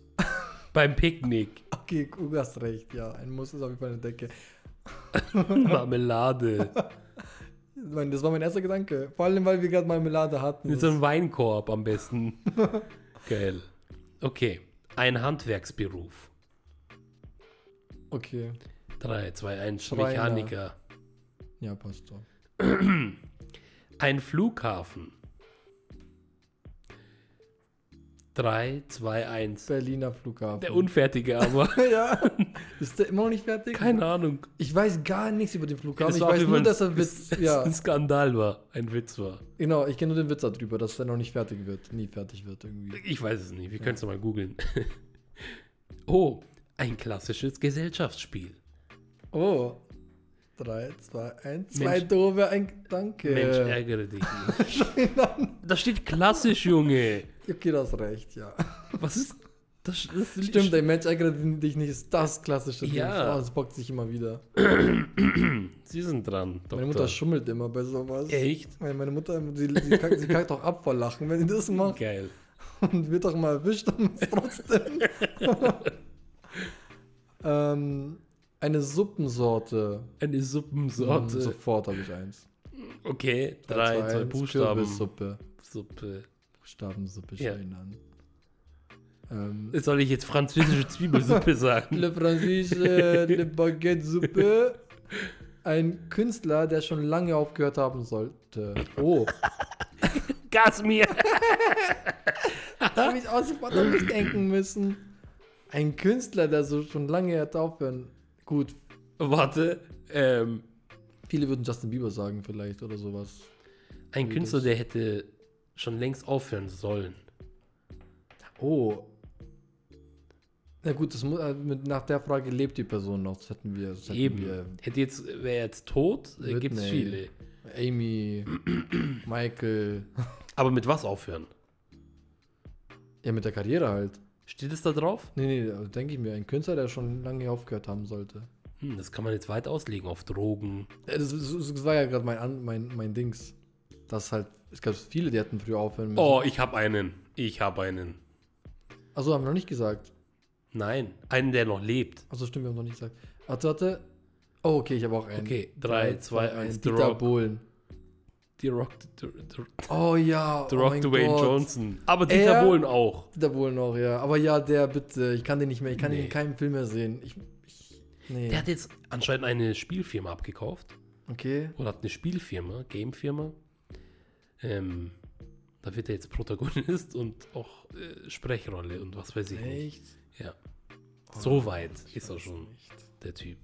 Speaker 1: beim Picknick.
Speaker 2: Okay, du hast recht, ja. Ein Muss ist auf jeden Fall eine Decke.
Speaker 1: Marmelade.
Speaker 2: Ich meine, Das war mein erster Gedanke. Vor allem, weil wir gerade Marmelade hatten.
Speaker 1: Mit so einem Weinkorb am besten. Geil. Okay. Ein Handwerksberuf.
Speaker 2: okay.
Speaker 1: 3, 2, 1,
Speaker 2: Schreiner.
Speaker 1: Mechaniker.
Speaker 2: Ja, passt doch.
Speaker 1: Ein Flughafen. 3, 2, 1.
Speaker 2: Berliner Flughafen.
Speaker 1: Der unfertige, aber
Speaker 2: ja. Ist der immer noch nicht fertig?
Speaker 1: keine Ahnung.
Speaker 2: Ich weiß gar nichts über den Flughafen.
Speaker 1: Das
Speaker 2: ich
Speaker 1: war auf
Speaker 2: weiß
Speaker 1: jeden
Speaker 2: nur,
Speaker 1: Fall
Speaker 2: dass er
Speaker 1: ein-
Speaker 2: Witz.
Speaker 1: ein-
Speaker 2: Ja,
Speaker 1: ein Skandal war, ein Witz war.
Speaker 2: genau. Ich kenne nur den Witz darüber, dass er noch nicht fertig wird. Nie fertig wird irgendwie.
Speaker 1: Ich weiß es nicht, wir können es mal googeln. oh, ein klassisches Gesellschaftsspiel.
Speaker 2: Oh. 3, 2, 1. Zwei
Speaker 1: Mensch.
Speaker 2: doofe, ein. Danke.
Speaker 1: Mensch, ärgere dich nicht. da steht klassisch, Junge.
Speaker 2: okay, du hast recht, ja.
Speaker 1: Was ist das? das
Speaker 2: Stimmt, ey, Mensch ärgere dich nicht, ist das klassische
Speaker 1: Ja.
Speaker 2: Ding. Oh, das bockt sich immer wieder.
Speaker 1: Sie sind dran, Doktor.
Speaker 2: Meine Mutter schummelt immer bei sowas.
Speaker 1: Echt?
Speaker 2: Meine, meine Mutter, sie, sie, kackt, sie kackt auch ab vor Lachen, wenn sie das macht.
Speaker 1: Geil.
Speaker 2: Und wird auch mal erwischt und macht's trotzdem. ähm, eine Suppensorte.
Speaker 1: Eine
Speaker 2: Hm,
Speaker 1: Suppensorte.
Speaker 2: Sofort habe ich eins.
Speaker 1: Okay, äh, drei, zwei
Speaker 2: eins.
Speaker 1: Buchstaben.
Speaker 2: Kürbissuppe.
Speaker 1: Suppe.
Speaker 2: Buchstabensuppe
Speaker 1: Ja.
Speaker 2: schön an. Ähm,
Speaker 1: Soll ich jetzt französische Zwiebelsuppe sagen?
Speaker 2: Le Französische Le Baguette Suppe. Ein Künstler, der schon lange aufgehört haben sollte. Oh,
Speaker 1: Gas mir!
Speaker 2: da habe ich auch sofort an mich denken müssen. Ein Künstler, der so schon lange hat aufhören. Gut,
Speaker 1: Warte, ähm,
Speaker 2: viele würden Justin Bieber sagen vielleicht oder sowas.
Speaker 1: ein
Speaker 2: Wie
Speaker 1: Künstler,
Speaker 2: das-
Speaker 1: der hätte schon längst aufhören sollen.
Speaker 2: Oh. Na gut, das mu- äh, mit, nach der Frage lebt die Person noch. Das hätten wir. Das hätten
Speaker 1: Eben.
Speaker 2: Wir.
Speaker 1: Hätte jetzt, wäre jetzt tot, äh,
Speaker 2: Whitney.
Speaker 1: gibt es viele.
Speaker 2: Amy, Michael.
Speaker 1: Aber mit was aufhören?
Speaker 2: Ja, mit der Karriere halt.
Speaker 1: Steht es da drauf?
Speaker 2: Nee, nee, also denke ich mir. Ein Künstler, der schon lange aufgehört haben sollte.
Speaker 1: Hm, das kann man jetzt weit auslegen auf Drogen.
Speaker 2: Äh, Das, das, das war ja gerade mein, An- mein, mein Dings. Das halt, es gab viele, die hätten früher aufhören müssen.
Speaker 1: Oh, ich habe einen. Ich habe einen.
Speaker 2: Achso, haben wir noch nicht gesagt.
Speaker 1: Nein, einen, der noch lebt.
Speaker 2: Achso, stimmt, wir haben noch nicht gesagt. Warte, warte. Oh, okay, ich habe auch einen.
Speaker 1: Okay, 3, 2, 1, The
Speaker 2: Dieter
Speaker 1: Rock.
Speaker 2: Bohlen.
Speaker 1: The Rock, The, The,
Speaker 2: Oh ja.
Speaker 1: The
Speaker 2: oh
Speaker 1: Rock
Speaker 2: mein
Speaker 1: Dwayne
Speaker 2: Gott.
Speaker 1: Johnson. Aber Dieter
Speaker 2: Er-
Speaker 1: Bohlen auch.
Speaker 2: Dieter Bohlen auch, ja. Aber ja, der bitte. Ich kann den nicht mehr. Ich kann den
Speaker 1: Nee.
Speaker 2: in keinem Film mehr sehen. Ich, ich, nee.
Speaker 1: Der hat jetzt anscheinend eine Spielfirma abgekauft.
Speaker 2: Okay.
Speaker 1: Oder hat eine Spielfirma, Gamefirma. Ähm, da wird er jetzt Protagonist und auch äh, Sprechrolle und was weiß ich nicht.
Speaker 2: Echt?
Speaker 1: Ja.
Speaker 2: Oh,
Speaker 1: So weit
Speaker 2: ich
Speaker 1: ist er
Speaker 2: weiß
Speaker 1: schon,
Speaker 2: nicht.
Speaker 1: der Typ.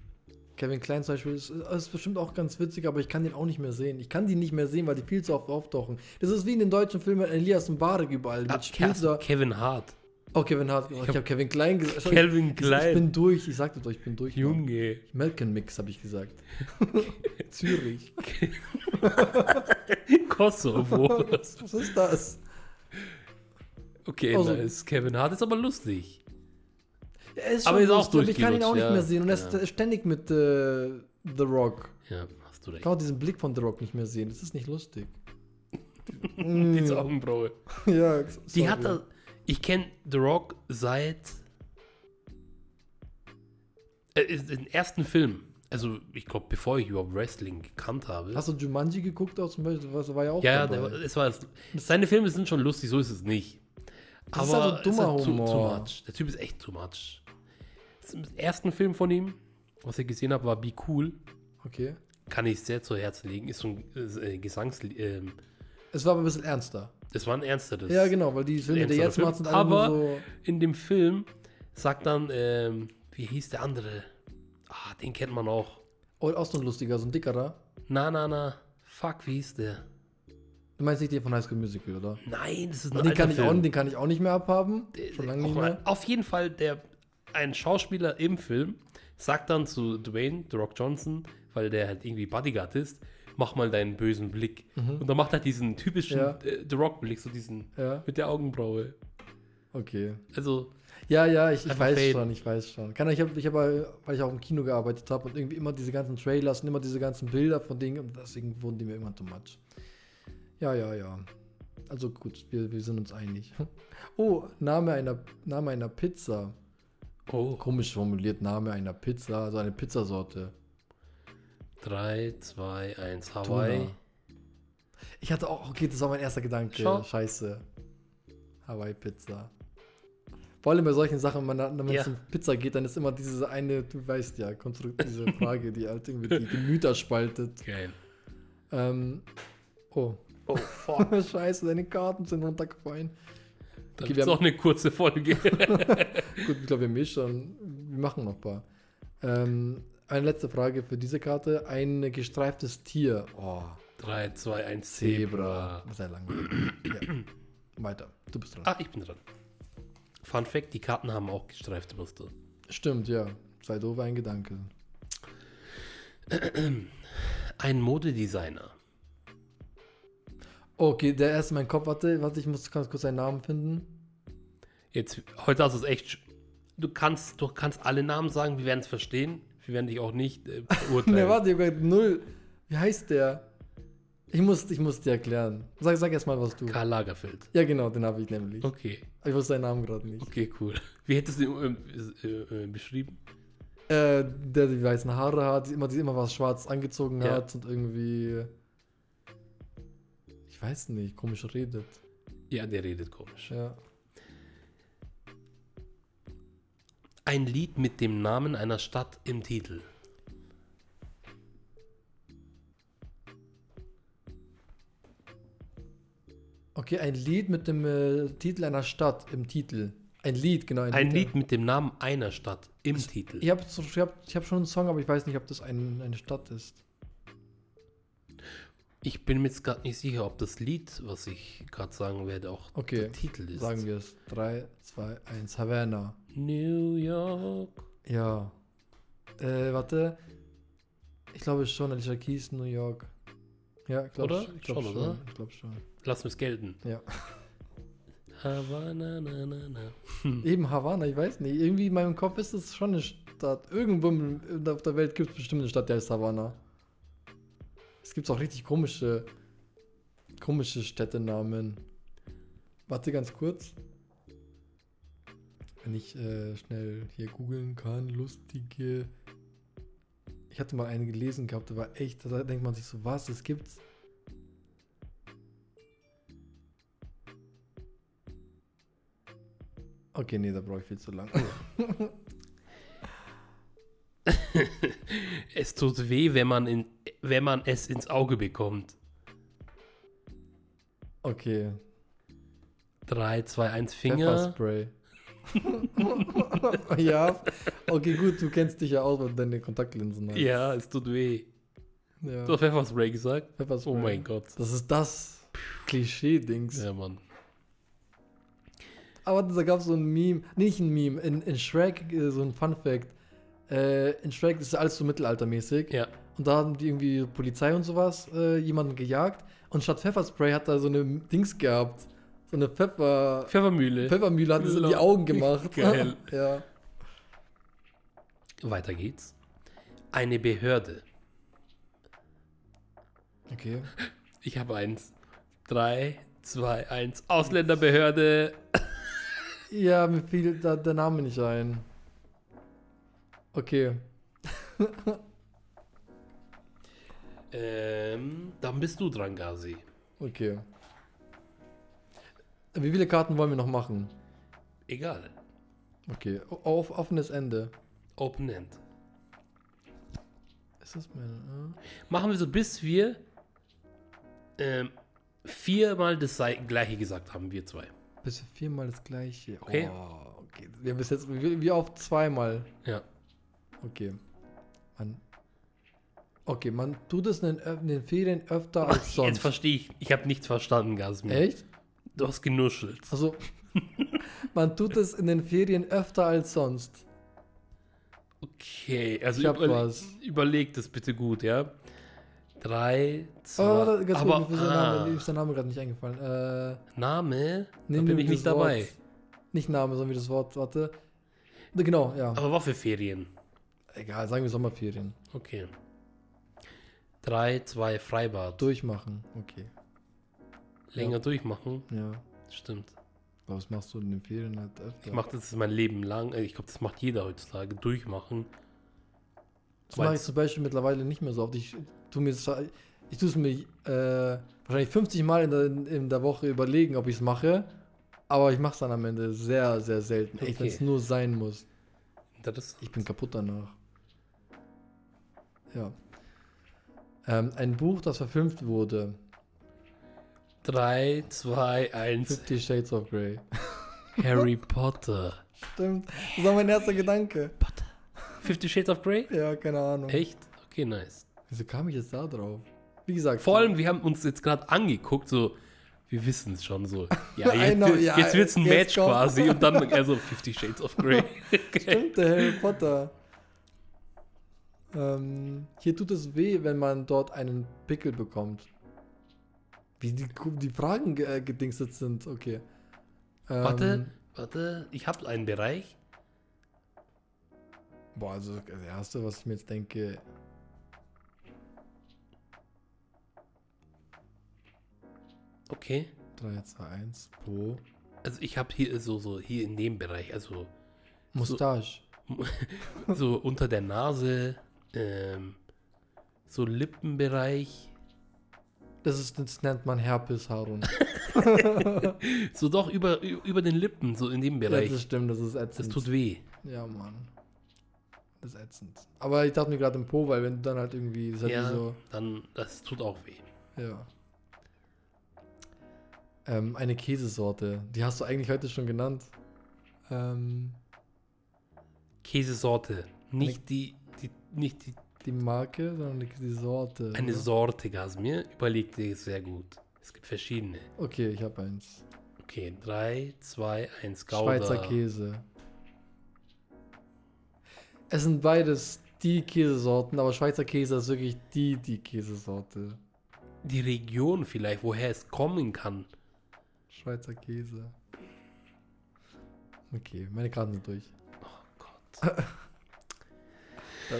Speaker 2: Kevin Klein zum Beispiel ist, ist bestimmt auch ganz witzig, aber ich kann den auch nicht mehr sehen. Ich kann die nicht mehr sehen, weil die viel zu oft auftauchen. Das ist wie in den deutschen Filmen Elias Mbarek überall.
Speaker 1: Ah,
Speaker 2: Mit spielt
Speaker 1: Kerstin-
Speaker 2: dieser-
Speaker 1: Kevin Hart.
Speaker 2: Oh, Kevin Hart. Oh, ich
Speaker 1: hab-
Speaker 2: habe Kevin Klein gesagt. Ich,
Speaker 1: Kevin
Speaker 2: ich
Speaker 1: Klein.
Speaker 2: bin durch. Ich sagte doch, ich bin durch. Mann.
Speaker 1: Junge.
Speaker 2: Melken Mix habe ich gesagt. Zürich.
Speaker 1: Kosovo.
Speaker 2: Was, was ist das?
Speaker 1: Okay,
Speaker 2: Also-
Speaker 1: nice. Kevin Hart ist aber lustig.
Speaker 2: Er ist
Speaker 1: Aber
Speaker 2: schon
Speaker 1: ist auch
Speaker 2: lustig, Ich kann ihn auch
Speaker 1: durchgerutscht,
Speaker 2: nicht
Speaker 1: ja.
Speaker 2: mehr sehen. Und er ist
Speaker 1: Ja.
Speaker 2: äh, ständig mit äh, The Rock.
Speaker 1: Ja, hast du recht.
Speaker 2: Ich kann auch diesen Blick von The Rock nicht mehr sehen. Das ist nicht lustig. Mm,
Speaker 1: Diese Augenbraue.
Speaker 2: ja,
Speaker 1: Die
Speaker 2: sorry.
Speaker 1: hat das, Ich kenne The Rock seit. Äh, ist- den ersten Film. Also, ich glaube, bevor ich überhaupt Wrestling gekannt habe.
Speaker 2: Hast du Jumanji geguckt auch zum Beispiel? Das war ja auch
Speaker 1: ja, ja,
Speaker 2: dabei.
Speaker 1: der, war- es war. Seine Filme sind schon lustig, so ist es nicht.
Speaker 2: Das ist
Speaker 1: Aber
Speaker 2: also dummer
Speaker 1: es ist too, too
Speaker 2: Humor.
Speaker 1: much. Der Typ ist echt too much. Den ersten Film von ihm, was ich gesehen habe, war Be Cool.
Speaker 2: Okay.
Speaker 1: Kann ich sehr zu Herzen legen. Ist so ein äh, Gesangslied. Ähm,
Speaker 2: Es war aber ein bisschen ernster.
Speaker 1: das war ein ernsteres.
Speaker 2: ja, genau, weil die Filme,
Speaker 1: ernsterer
Speaker 2: die er jetzt
Speaker 1: Film.
Speaker 2: macht, sind alle nur
Speaker 1: Aber-
Speaker 2: so.
Speaker 1: in dem Film sagt dann, ähm, wie hieß der andere? Ah, den kennt man auch.
Speaker 2: Oh, auch so ein lustiger, so ein dickerer.
Speaker 1: Na, na, na. Fuck, wie hieß der?
Speaker 2: Du meinst nicht den von High School Musical, oder?
Speaker 1: Nein, das ist ein
Speaker 2: Den
Speaker 1: alter
Speaker 2: kann, ich auch,
Speaker 1: Film. Äh,
Speaker 2: den kann ich auch nicht mehr abhaben. Schon lange
Speaker 1: Auch
Speaker 2: nicht
Speaker 1: mal-
Speaker 2: mehr.
Speaker 1: Auf jeden Fall, der, ein Schauspieler im Film sagt dann zu Dwayne, The Rock Johnson, weil der halt irgendwie Bodyguard ist, mach mal deinen bösen Blick. Und dann macht er diesen typischen
Speaker 2: Mhm. Ja.
Speaker 1: äh, The Rock-Blick, so diesen
Speaker 2: Ja,
Speaker 1: mit der Augenbraue.
Speaker 2: Okay.
Speaker 1: Also,
Speaker 2: Ja, ja, ich, ich
Speaker 1: Einfach
Speaker 2: weiß
Speaker 1: faden.
Speaker 2: schon, ich weiß schon. Kann, ich habe, ich hab, äh, weil ich auch im Kino gearbeitet habe und irgendwie immer diese ganzen Trailers und immer diese ganzen Bilder von Dingen und deswegen wurden die mir irgendwann too much. Ja, ja, ja. Also gut, wir, wir sind uns einig. Oh, Name einer, Name einer Pizza.
Speaker 1: oh,
Speaker 2: Komisch formuliert, Name einer Pizza, also eine Pizzasorte.
Speaker 1: 3, 2, 1,
Speaker 2: Tuna.
Speaker 1: Hawaii.
Speaker 2: Ich hatte auch, okay, das war mein erster Gedanke.
Speaker 1: Schau.
Speaker 2: Scheiße. Hawaii-Pizza. Vor allem bei solchen Sachen, wenn man- wenn es
Speaker 1: Ja.
Speaker 2: um Pizza geht, dann ist immer diese eine, du weißt ja, Konstrukt, diese Frage, die halt irgendwie die Gemüter spaltet.
Speaker 1: Geil.
Speaker 2: Ähm, oh.
Speaker 1: Oh, fuck.
Speaker 2: Scheiße, deine Karten sind runtergefallen.
Speaker 1: Da
Speaker 2: Okay,
Speaker 1: okay,
Speaker 2: wir
Speaker 1: ist auch eine kurze Folge.
Speaker 2: Gut, ich glaube, wir mischen. Wir machen noch ein paar. Ähm, eine letzte Frage für diese Karte. Ein gestreiftes Tier. Oh,
Speaker 1: 3, 2, 1,
Speaker 2: Zebra.
Speaker 1: Zebra.
Speaker 2: Sehr langweilig. halt ja. Weiter. Du bist dran.
Speaker 1: Ah, ich bin dran. Fun Fact: Die Karten haben auch gestreifte Muster.
Speaker 2: Stimmt, ja. Sei doof ein Gedanke.
Speaker 1: Ein Modedesigner.
Speaker 2: Okay, der erste in meinem Kopf, warte, warte, ich muss ganz kurz seinen Namen finden.
Speaker 1: Jetzt, heute hast du es echt. sch- Du kannst, du kannst alle Namen sagen, wir werden es verstehen. Wir werden dich auch nicht äh, verurteilen.
Speaker 2: Ne, warte, ich hab grad null. Wie heißt der? Ich muss, ich muss dir erklären. Sag, sag erst mal, was du.
Speaker 1: Karl Lagerfeld.
Speaker 2: Ja, genau, den habe ich nämlich.
Speaker 1: Okay,
Speaker 2: Aber Ich wusste seinen Namen gerade nicht.
Speaker 1: okay, cool. Wie hättest du ihn ähm, äh, äh, beschrieben?
Speaker 2: Äh, der die weißen Haare hat, die immer, die immer was schwarz angezogen
Speaker 1: Ja.
Speaker 2: hat und irgendwie. Ich weiß nicht, komisch redet.
Speaker 1: Ja, der redet komisch.
Speaker 2: Ja.
Speaker 1: Ein Lied mit dem Namen einer Stadt im Titel.
Speaker 2: Okay, ein Lied mit dem äh, Titel einer Stadt im Titel. Ein Lied, genau.
Speaker 1: Ein
Speaker 2: ja.
Speaker 1: Lied mit dem Namen einer Stadt im Titel.
Speaker 2: Ich habe ich hab, ich hab schon einen Song, aber ich weiß nicht, ob das ein, eine Stadt ist.
Speaker 1: Ich bin mir jetzt gerade nicht sicher, ob das Lied, was ich gerade sagen werde, auch
Speaker 2: Okay,
Speaker 1: der Titel ist.
Speaker 2: Sagen wir es. 3, 2, 1, Havana.
Speaker 1: New York.
Speaker 2: Ja. Äh, warte. Ich glaube schon, Alicia Keys, New York. Ja, ich glaube
Speaker 1: Oder?
Speaker 2: schon. Ich glaube
Speaker 1: Schon,
Speaker 2: schon.
Speaker 1: oder?
Speaker 2: Ich glaube schon.
Speaker 1: Lass mir's gelten.
Speaker 2: Ja.
Speaker 1: Havana, na, na, na.
Speaker 2: Eben Havana, ich weiß nicht. Irgendwie in meinem Kopf ist es schon eine Stadt. Irgendwo im- auf der Welt gibt es bestimmt eine Stadt, die heißt Havana. Es gibt auch richtig komische, komische Städtenamen. Warte ganz kurz. Wenn ich äh, schnell hier googeln kann, lustige. Ich hatte mal eine gelesen gehabt, da war echt, da denkt man sich so, was, das gibt's. Okay, nee, da brauche ich viel zu lang.
Speaker 1: Es tut weh, wenn man, in, wenn man es ins Auge bekommt.
Speaker 2: Oh, Okay.
Speaker 1: 3, 2, 1 Finger.
Speaker 2: Pfefferspray. ja. Okay, gut, du kennst dich ja aus, weil du deine Kontaktlinsen hast.
Speaker 1: Ja, es tut weh.
Speaker 2: Ja.
Speaker 1: Du hast Pfefferspray gesagt?
Speaker 2: Pfefferspray.
Speaker 1: Oh mein Gott.
Speaker 2: Das ist das Klischee-Dings.
Speaker 1: Ja, Mann.
Speaker 2: Aber da gab es so ein Meme, nee, nicht ein Meme, in, in Shrek äh, so ein Fun-Fact. Äh, in Shrek ist alles so mittelaltermäßig.
Speaker 1: Ja.
Speaker 2: Und da haben die irgendwie Polizei und sowas äh, jemanden gejagt. Und statt Pfefferspray hat er so eine Dings gehabt. So eine Pfeffer.
Speaker 1: Pfeffermühle.
Speaker 2: Pfeffermühle hat es in die Augen gemacht.
Speaker 1: Geil.
Speaker 2: ja.
Speaker 1: Weiter geht's. Eine Behörde.
Speaker 2: Okay.
Speaker 1: Ich habe eins. 3, 2, 1. Ausländerbehörde.
Speaker 2: Ja, mir fiel da der Name nicht ein. Okay.
Speaker 1: Ähm, dann bist du dran, Gazi.
Speaker 2: Okay. Wie viele Karten wollen wir noch machen?
Speaker 1: Egal.
Speaker 2: Okay. o- Auf offenes Ende.
Speaker 1: Open End.
Speaker 2: Ist das äh? meine.
Speaker 1: Machen wir so, bis wir ähm, viermal das sei- gleiche gesagt haben, wir zwei.
Speaker 2: Äh? Bis wir viermal das gleiche.
Speaker 1: Okay.
Speaker 2: Oh, okay. Wir haben bis jetzt. Wie, wie oft? Zweimal.
Speaker 1: Ja.
Speaker 2: Okay. Man. Okay, man tut es in den, Ö- in den Ferien öfter als
Speaker 1: Jetzt
Speaker 2: sonst.
Speaker 1: verstehe ich. Ich habe nichts verstanden, Gasmir.
Speaker 2: Echt?
Speaker 1: Du hast genuschelt.
Speaker 2: Also, man tut es in den Ferien öfter als sonst.
Speaker 1: Okay, also
Speaker 2: Ich hab
Speaker 1: überle
Speaker 2: was.
Speaker 1: überleg das bitte gut, ja? Drei, zwei.
Speaker 2: Oh, warte, ganz
Speaker 1: aber
Speaker 2: kurz, mir ist der
Speaker 1: ah,
Speaker 2: Name, mir ist der Name gerade nicht eingefallen. Äh,
Speaker 1: Name? Da
Speaker 2: Nehmen
Speaker 1: bin
Speaker 2: wir
Speaker 1: ich
Speaker 2: das
Speaker 1: nicht dabei.
Speaker 2: Wort. nicht Name, sondern wie das Wort, warte. Ne, Genau, ja.
Speaker 1: Aber Waffeferien.
Speaker 2: Egal, sagen wir Sommerferien.
Speaker 1: Okay. Drei, zwei, Freibad.
Speaker 2: Durchmachen, okay.
Speaker 1: Länger
Speaker 2: ja.
Speaker 1: durchmachen.
Speaker 2: Ja.
Speaker 1: Stimmt.
Speaker 2: Aber was machst du in den Ferien halt öfter?
Speaker 1: Ich mache das mein Leben lang. Äh, Ich glaube, das macht jeder heutzutage. Durchmachen.
Speaker 2: das mache ich zum Beispiel mittlerweile nicht mehr so oft. Ich tu mir das, ich tue es mir äh, wahrscheinlich 50 Mal in der, in der Woche überlegen, ob ich es mache. Aber ich mache es dann am Ende sehr, sehr selten. Echt, wenn es
Speaker 1: Okay.
Speaker 2: nur sein muss.
Speaker 1: Das
Speaker 2: Ich bin kaputt danach. Ja. Ähm, ein Buch, das verfilmt wurde.
Speaker 1: drei, zwei, eins.
Speaker 2: Fifty Shades of Grey.
Speaker 1: Harry Potter.
Speaker 2: Stimmt. Das war mein erster Gedanke.
Speaker 1: Fifty Shades of Grey?
Speaker 2: Ja, keine Ahnung.
Speaker 1: Echt? Okay, nice.
Speaker 2: Wieso kam ich jetzt da drauf? Wie gesagt.
Speaker 1: Vor allem, wir haben uns jetzt gerade angeguckt, so, wir wissen es schon so. Ja, jetzt,
Speaker 2: know,
Speaker 1: jetzt,
Speaker 2: ja,
Speaker 1: jetzt wird es ein Match
Speaker 2: jetzt kommt- Ähm.
Speaker 1: quasi und dann also 50 Shades of Grey.
Speaker 2: Stimmt, der Harry Potter. Ähm, hier tut es weh, wenn man dort einen Pickel bekommt. Wie die, die Fragen ge- äh, gedingstet sind. Okay. Ähm,
Speaker 1: Warte, warte, ich habe einen Bereich.
Speaker 2: Boah, also das Erste, was ich mir jetzt denke.
Speaker 1: Okay.
Speaker 2: 3, 2, 1, Po.
Speaker 1: Also ich habe hier so, so, hier in dem Bereich, also
Speaker 2: Mustache.
Speaker 1: so unter der Nase, ähm, so Lippenbereich.
Speaker 2: Das, ist, das nennt man Herpes, Harun.
Speaker 1: So doch über, ü- über den Lippen, so in dem
Speaker 2: ja,
Speaker 1: Bereich.
Speaker 2: das stimmt, das ist
Speaker 1: das
Speaker 2: ätzend.
Speaker 1: tut weh.
Speaker 2: Ja, Mann. Das ist ätzend. Aber ich dachte mir gerade im Po, weil wenn du dann halt irgendwie, das ist halt
Speaker 1: Ja,
Speaker 2: wie so,
Speaker 1: dann, das tut auch weh.
Speaker 2: ja. Ähm, eine Käsesorte, die hast du eigentlich heute schon genannt. Ähm,
Speaker 1: Käsesorte. Nicht die, die, nicht die
Speaker 2: die Marke, sondern die, die Sorte.
Speaker 1: Eine
Speaker 2: oder?
Speaker 1: Sorte Gasmir, überleg dir sehr gut. Es gibt verschiedene.
Speaker 2: Okay, ich habe eins.
Speaker 1: Okay, 3, 2, 1, Gouda.
Speaker 2: Schweizer Käse. Es sind beides die Käsesorten, aber Schweizer Käse ist wirklich die, die Käsesorte.
Speaker 1: Die Region vielleicht, woher es kommen kann.
Speaker 2: Schweizer Käse. Okay, meine Karten sind durch.
Speaker 1: Oh Gott.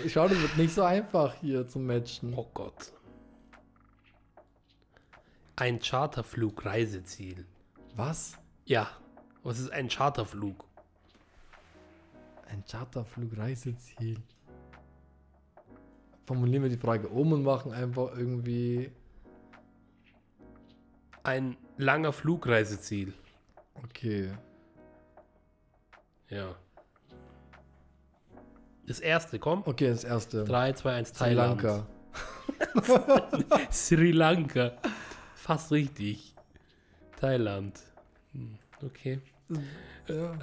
Speaker 2: Ich glaube, das wird nicht so einfach hier zu matchen.
Speaker 1: Oh Gott. Ein Charterflug Reiseziel.
Speaker 2: Was?
Speaker 1: Ja, was ist ein Charterflug?
Speaker 2: Ein Charterflug, Reiseziel. Formulieren wir die Frage um und machen einfach irgendwie.
Speaker 1: Ein langer Flugreiseziel.
Speaker 2: Okay.
Speaker 1: Ja. Das erste, komm.
Speaker 2: Okay, das erste.
Speaker 1: 3, 2, 1,
Speaker 2: Sri
Speaker 1: Thailand.
Speaker 2: Lanka.
Speaker 1: Sri Lanka. Fast richtig. Thailand. Hm, Okay.
Speaker 2: Ja.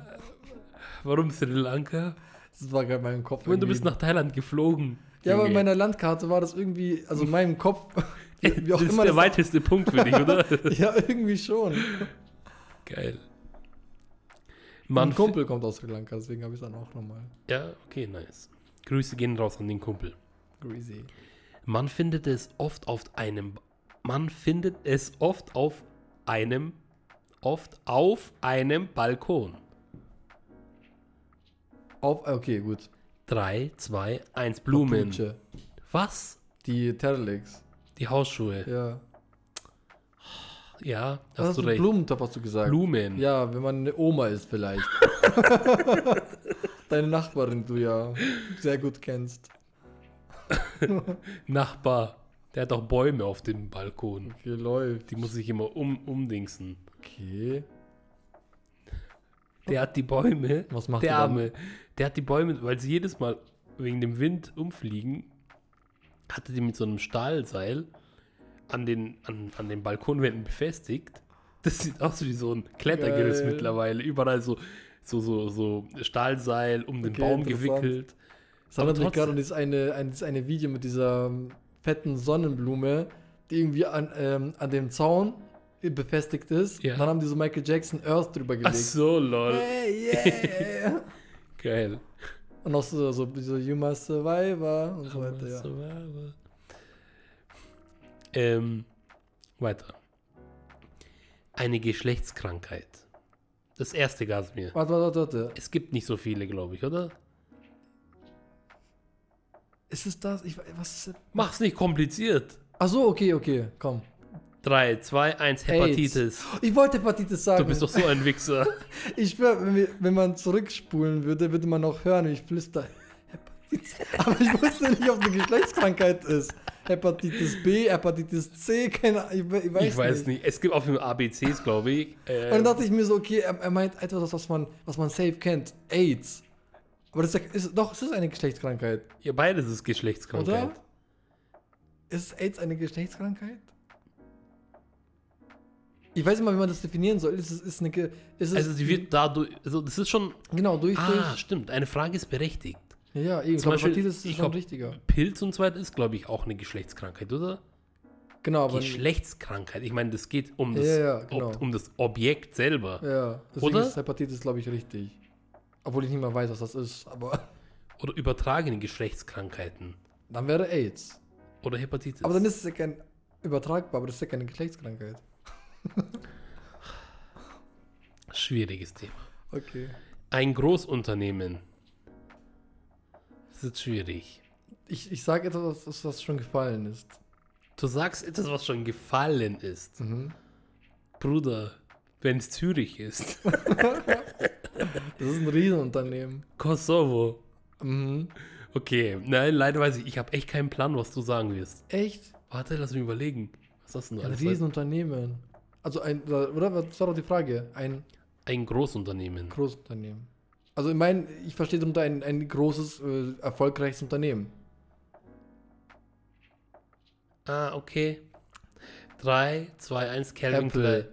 Speaker 1: Warum Sri Lanka?
Speaker 2: Das war gerade mein Kopf.
Speaker 1: Ich meine, du
Speaker 2: irgendwie.
Speaker 1: bist nach Thailand geflogen.
Speaker 2: ja, aber in
Speaker 1: Junge.
Speaker 2: meiner Landkarte war das irgendwie, also in meinem Kopf, wie auch
Speaker 1: das ist
Speaker 2: immer
Speaker 1: der
Speaker 2: das-
Speaker 1: weiteste Punkt für dich, oder?
Speaker 2: ja, irgendwie schon.
Speaker 1: Geil.
Speaker 2: Mein
Speaker 1: Mann,
Speaker 2: Kumpel kommt aus Sri Lanka, deswegen habe ich es dann auch nochmal.
Speaker 1: Ja, okay, nice. Grüße gehen raus an den Kumpel.
Speaker 2: Greasy.
Speaker 1: Man findet es oft auf einem. Man findet es oft auf einem. Oft auf einem Balkon.
Speaker 2: Auf, ah, okay, gut.
Speaker 1: 3, 2, 1, Blumen.
Speaker 2: Papuche.
Speaker 1: Was?
Speaker 2: Die Terlex.
Speaker 1: Die Hausschuhe.
Speaker 2: Ja.
Speaker 1: Ja,
Speaker 2: Was
Speaker 1: hast du
Speaker 2: du
Speaker 1: recht.
Speaker 2: Blumentopf hast du gesagt.
Speaker 1: Blumen.
Speaker 2: Ja, wenn man eine Oma ist vielleicht. Deine Nachbarin, du ja sehr gut kennst.
Speaker 1: Nachbar. Der hat auch Bäume auf dem Balkon.
Speaker 2: Okay, läuft.
Speaker 1: Die muss ich immer um, umdingsen.
Speaker 2: Okay.
Speaker 1: Der hat die Bäume.
Speaker 2: Was macht
Speaker 1: der
Speaker 2: ihr dann?
Speaker 1: Arme. Der hat die Bäume, weil sie jedes Mal wegen dem Wind umfliegen, hatte die mit so einem Stahlseil an den, an, an den Balkonwänden befestigt. Das sieht aus wie so ein Klettergerüst
Speaker 2: Geil.
Speaker 1: mittlerweile. Überall so, so, so, so Stahlseil um den
Speaker 2: Okay,
Speaker 1: Baum
Speaker 2: interessant.
Speaker 1: gewickelt.
Speaker 2: Das erinnert mich
Speaker 1: trotzdem-
Speaker 2: gerade an dieses eine, an dieses eine Video mit dieser ähm, fetten Sonnenblume, die irgendwie an, ähm, an dem Zaun befestigt ist.
Speaker 1: Ja.
Speaker 2: Dann haben die so Michael Jackson Earth drüber
Speaker 1: Ach
Speaker 2: gelegt.
Speaker 1: so, lol.
Speaker 2: Hey, yeah.
Speaker 1: Geil.
Speaker 2: und auch so, so, so You Must Survivor und so weiter. Ja.
Speaker 1: Survivor. Ähm, weiter. Eine Geschlechtskrankheit. Das erste gab's mir.
Speaker 2: Warte, warte, warte, warte.
Speaker 1: Es gibt nicht so viele, glaube ich, oder?
Speaker 2: Ist es das? Ich, we- was ist das?
Speaker 1: Mach's nicht kompliziert.
Speaker 2: Ach so, okay, okay, komm.
Speaker 1: 3, 2, 1, Hepatitis.
Speaker 2: Ich wollte Hepatitis sagen.
Speaker 1: Du bist doch so ein Wichser.
Speaker 2: ich schwör, wenn, wir, wenn man zurückspulen würde, würde man noch hören, wie ich flüster. Hepatitis. Aber ich wusste nicht, ob eine Geschlechtskrankheit ist. Hepatitis B, Hepatitis C, keine Ahnung, ich, we- ich weiß,
Speaker 1: Ich weiß nicht. Es gibt auf dem ABCs, glaube ich.
Speaker 2: Und dann
Speaker 1: Ähm,
Speaker 2: dachte ich mir so, okay, er, er meint etwas, was man, was man safe kennt. AIDS. Aber das ist, ja- ist doch, es ist eine Geschlechtskrankheit,
Speaker 1: ja, beides ist Geschlechtskrankheit.
Speaker 2: oder? Ist AIDS eine Geschlechtskrankheit? Ich weiß nicht mal, wie man das definieren soll. Ist es ist eine Ge ist es
Speaker 1: Also, sie wird dadurch. Also, das ist schon.
Speaker 2: genau durch
Speaker 1: Ah,
Speaker 2: durch.
Speaker 1: stimmt. Eine Frage ist berechtigt.
Speaker 2: Ja, eben. Ich
Speaker 1: Zum
Speaker 2: glaube,
Speaker 1: Beispiel,
Speaker 2: Hepatitis ist
Speaker 1: ich
Speaker 2: schon
Speaker 1: glaub-
Speaker 2: richtiger.
Speaker 1: Pilz und so weiter ist, glaube ich, auch eine Geschlechtskrankheit, oder?
Speaker 2: Genau, aber
Speaker 1: Geschlechtskrankheit. Ich meine, das geht um
Speaker 2: Ja,
Speaker 1: das,
Speaker 2: ja, genau.
Speaker 1: ob, um das Objekt selber.
Speaker 2: ja, deswegen
Speaker 1: Oder?
Speaker 2: ist Hepatitis glaube ich richtig. Obwohl ich nicht mal weiß, was das ist, aber
Speaker 1: Oder übertragene Geschlechtskrankheiten.
Speaker 2: dann wäre AIDS.
Speaker 1: Oder Hepatitis.
Speaker 2: Aber dann ist es ja kein übertragbar, aber das ist ja keine Geschlechtskrankheit.
Speaker 1: Schwieriges Thema.
Speaker 2: Okay.
Speaker 1: Ein Großunternehmen. Das ist schwierig.
Speaker 2: Ich, ich sage etwas, was, was schon gefallen ist.
Speaker 1: Du sagst etwas, was schon gefallen ist.
Speaker 2: Mhm.
Speaker 1: Bruder, wenn es Zürich ist.
Speaker 2: Das ist ein Riesenunternehmen.
Speaker 1: Kosovo.
Speaker 2: Mhm.
Speaker 1: Okay, nein, leider weiß ich, ich habe echt keinen Plan, was du sagen wirst.
Speaker 2: Echt?
Speaker 1: Warte, lass mich überlegen. Was hast denn du
Speaker 2: Ein
Speaker 1: alles?
Speaker 2: Riesenunternehmen. Also ein, oder? Was war doch die Frage? Ein
Speaker 1: Ein Großunternehmen.
Speaker 2: Großunternehmen. Also ich meine, ich verstehe darunter ein, ein großes, äh, erfolgreiches Unternehmen.
Speaker 1: Ah, okay. 3, 2, 1, Calvin Klein.
Speaker 2: Apple.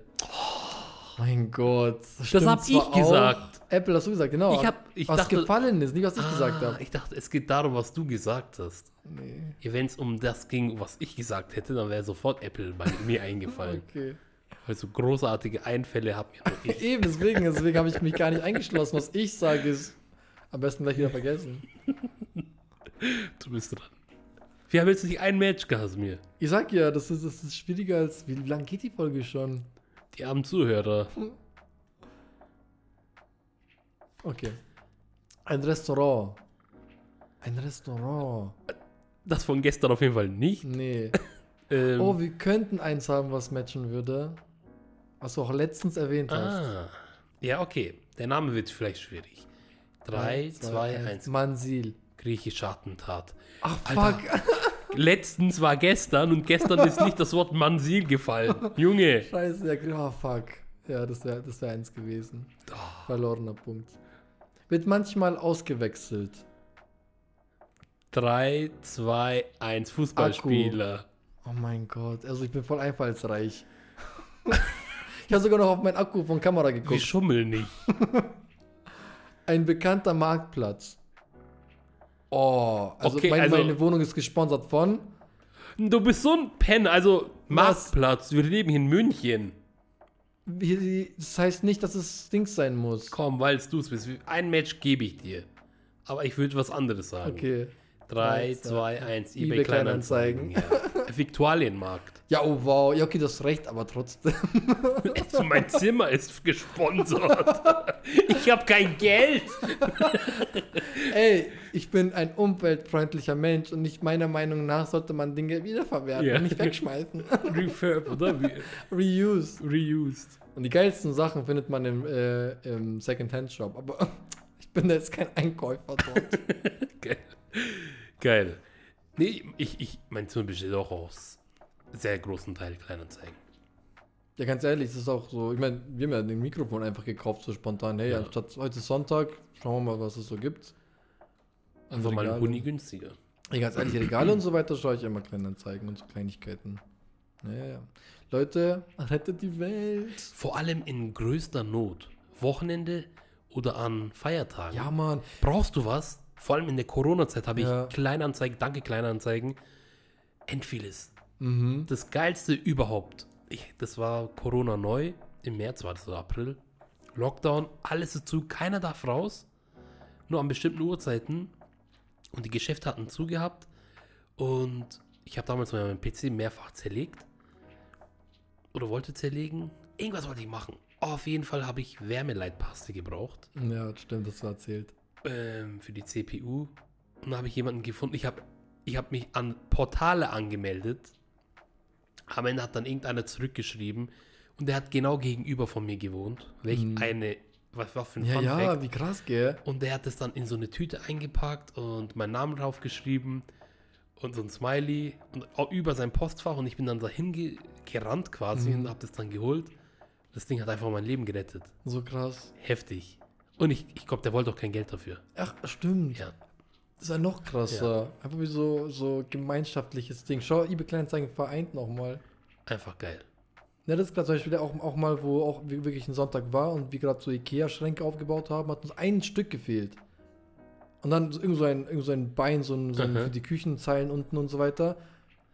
Speaker 2: Mein Gott. Das,
Speaker 1: hab
Speaker 2: stimmt zwar
Speaker 1: ich gesagt.
Speaker 2: Auch. Apple hast du gesagt, genau.
Speaker 1: Ich hab- ich
Speaker 2: was
Speaker 1: dachte-
Speaker 2: gefallen ist, nicht was ich gesagt
Speaker 1: Ah,
Speaker 2: habe.
Speaker 1: ich dachte, es geht darum, was du gesagt hast.
Speaker 2: Nee.
Speaker 1: Wenn es um das ging, was ich gesagt hätte, dann wäre sofort Apple bei mir eingefallen.
Speaker 2: Okay.
Speaker 1: Also großartige Einfälle habe mir noch ich.
Speaker 2: Eben, deswegen, deswegen habe ich mich gar nicht eingeschlossen. Was ich sage, ist am besten gleich wieder vergessen.
Speaker 1: Du bist dran. Wir haben jetzt nicht ein Match gehabt mir.
Speaker 2: Ich sag ja, das ist, das ist schwieriger als. Wie lang geht die Folge schon?
Speaker 1: Die armen Zuhörer.
Speaker 2: Okay. Ein Restaurant. Ein Restaurant.
Speaker 1: Das von gestern auf jeden Fall nicht.
Speaker 2: Nee.
Speaker 1: Ähm,
Speaker 2: Oh, wir könnten eins haben, was matchen würde. Was du auch letztens erwähnt hast.
Speaker 1: ah. Ja, okay. Der Name wird vielleicht schwierig. 3, 2, 1.
Speaker 2: Mansil.
Speaker 1: Griechische Attentat.
Speaker 2: Ach,
Speaker 1: Alter.
Speaker 2: fuck.
Speaker 1: Letztens war gestern und gestern ist nicht das Wort Mansil gefallen. Junge.
Speaker 2: Scheiße, ja, gr- ah, fuck. Ja, das wäre das wär eins gewesen. Verlorener Punkt. Wird manchmal ausgewechselt.
Speaker 1: 3, 2, 1. Fußballspieler.
Speaker 2: Oh mein Gott, also ich bin voll einfallsreich. ich habe sogar noch auf meinen Akku von Kamera
Speaker 1: Wir
Speaker 2: geguckt.
Speaker 1: schummeln nicht.
Speaker 2: Ein bekannter Marktplatz. Oh, also,
Speaker 1: Okay,
Speaker 2: mein,
Speaker 1: also-
Speaker 2: meine Wohnung ist gesponsert von.
Speaker 1: Du bist so ein Penner. Also,
Speaker 2: Was?
Speaker 1: Marktplatz. Wir leben hier in München.
Speaker 2: Hier, die- Das heißt nicht, dass es Dings sein muss.
Speaker 1: Komm, weil du es bist. Ein Match gebe ich dir. Aber ich würde was anderes sagen.
Speaker 2: Okay.
Speaker 1: 3,
Speaker 2: Drei,
Speaker 1: 2, 1.
Speaker 2: eBay
Speaker 1: eBay Kleinanzeigen. Ja. Viktualienmarkt.
Speaker 2: Ja, oh wow. Ja, okay, das ist recht, aber trotzdem.
Speaker 1: Also mein Zimmer ist gesponsert. Ich habe kein Geld.
Speaker 2: Ey, ich bin ein umweltfreundlicher Mensch und ich meiner Meinung nach sollte man Dinge wiederverwerten,
Speaker 1: Ja.
Speaker 2: nicht wegschmeißen.
Speaker 1: Refurb, oder? Wie-
Speaker 2: Reuse.
Speaker 1: Reused.
Speaker 2: Und die geilsten Sachen findet man im, äh, im Second-Hand-Shop, aber ich bin da jetzt kein Einkäufer dort.
Speaker 1: Geil. Geil. Nee, ich, ich, mein Zimmer besteht auch aus sehr großen Teil Kleinanzeigen.
Speaker 2: ja, ganz ehrlich, es ist auch so, ich meine, wir haben ja den Mikrofon einfach gekauft, so spontan. Hey,
Speaker 1: Ja.
Speaker 2: anstatt heute ist Sonntag, schauen wir mal, was es so gibt.
Speaker 1: Einfach mal ein Huni günstiger.
Speaker 2: Ja, ganz ehrlich, Regale und so weiter schaue ich immer Kleinanzeigen und so Kleinigkeiten. Ja, ja, ja. Leute, rettet die Welt.
Speaker 1: Vor allem in größter Not. Wochenende oder an Feiertagen.
Speaker 2: Ja, Mann.
Speaker 1: Brauchst du was? Vor allem in der Corona-Zeit habe
Speaker 2: Ja.
Speaker 1: ich Kleinanzeigen, danke Kleinanzeigen, Endviles.
Speaker 2: Mhm.
Speaker 1: Das geilste überhaupt. Ich, das war Corona neu, im März war das oder April. Lockdown, alles ist zu, keiner darf raus. Nur an bestimmten Uhrzeiten. Und die Geschäfte hatten zugehabt. Und ich habe damals meinen PC mehrfach zerlegt. Oder wollte zerlegen. Irgendwas wollte ich machen. Auf jeden Fall habe ich Wärmeleitpaste gebraucht
Speaker 2: Ja, stimmt, das war erzählt.
Speaker 1: ähm, für die CPU. Und da habe ich jemanden gefunden. Ich habe ich hab mich an Portale angemeldet. Am Ende hat dann irgendeiner zurückgeschrieben. Und der hat genau gegenüber von mir gewohnt. Welch eine, was war für ein
Speaker 2: Mhm. Ja,
Speaker 1: Fun
Speaker 2: ja,
Speaker 1: Fact.
Speaker 2: wie krass, gell?
Speaker 1: Und der hat es dann in so eine Tüte eingepackt und meinen Namen draufgeschrieben und so ein Smiley und auch über sein Postfach. Und ich bin dann dahin ge gerannt quasi
Speaker 2: Mhm.
Speaker 1: und habe das dann geholt. Das Ding hat einfach mein Leben gerettet.
Speaker 2: So krass.
Speaker 1: Heftig. Und ich, ich glaube, der wollte auch kein Geld dafür.
Speaker 2: Ach, stimmt.
Speaker 1: Ja.
Speaker 2: Das ist ja noch krasser. Einfach wie so, so gemeinschaftliches Ding. Schau, eBay Kleinanzeigen vereint nochmal.
Speaker 1: Einfach geil.
Speaker 2: Ja, das ist gerade zum Beispiel auch, auch mal, wo auch wir- wirklich ein Sonntag war und wir gerade so Ikea-Schränke aufgebaut haben, hat uns ein Stück gefehlt. Und dann so irgend so ein, irgend so ein Bein, so ein, so ein
Speaker 1: Aha.
Speaker 2: für die Küchenzeilen unten und so weiter.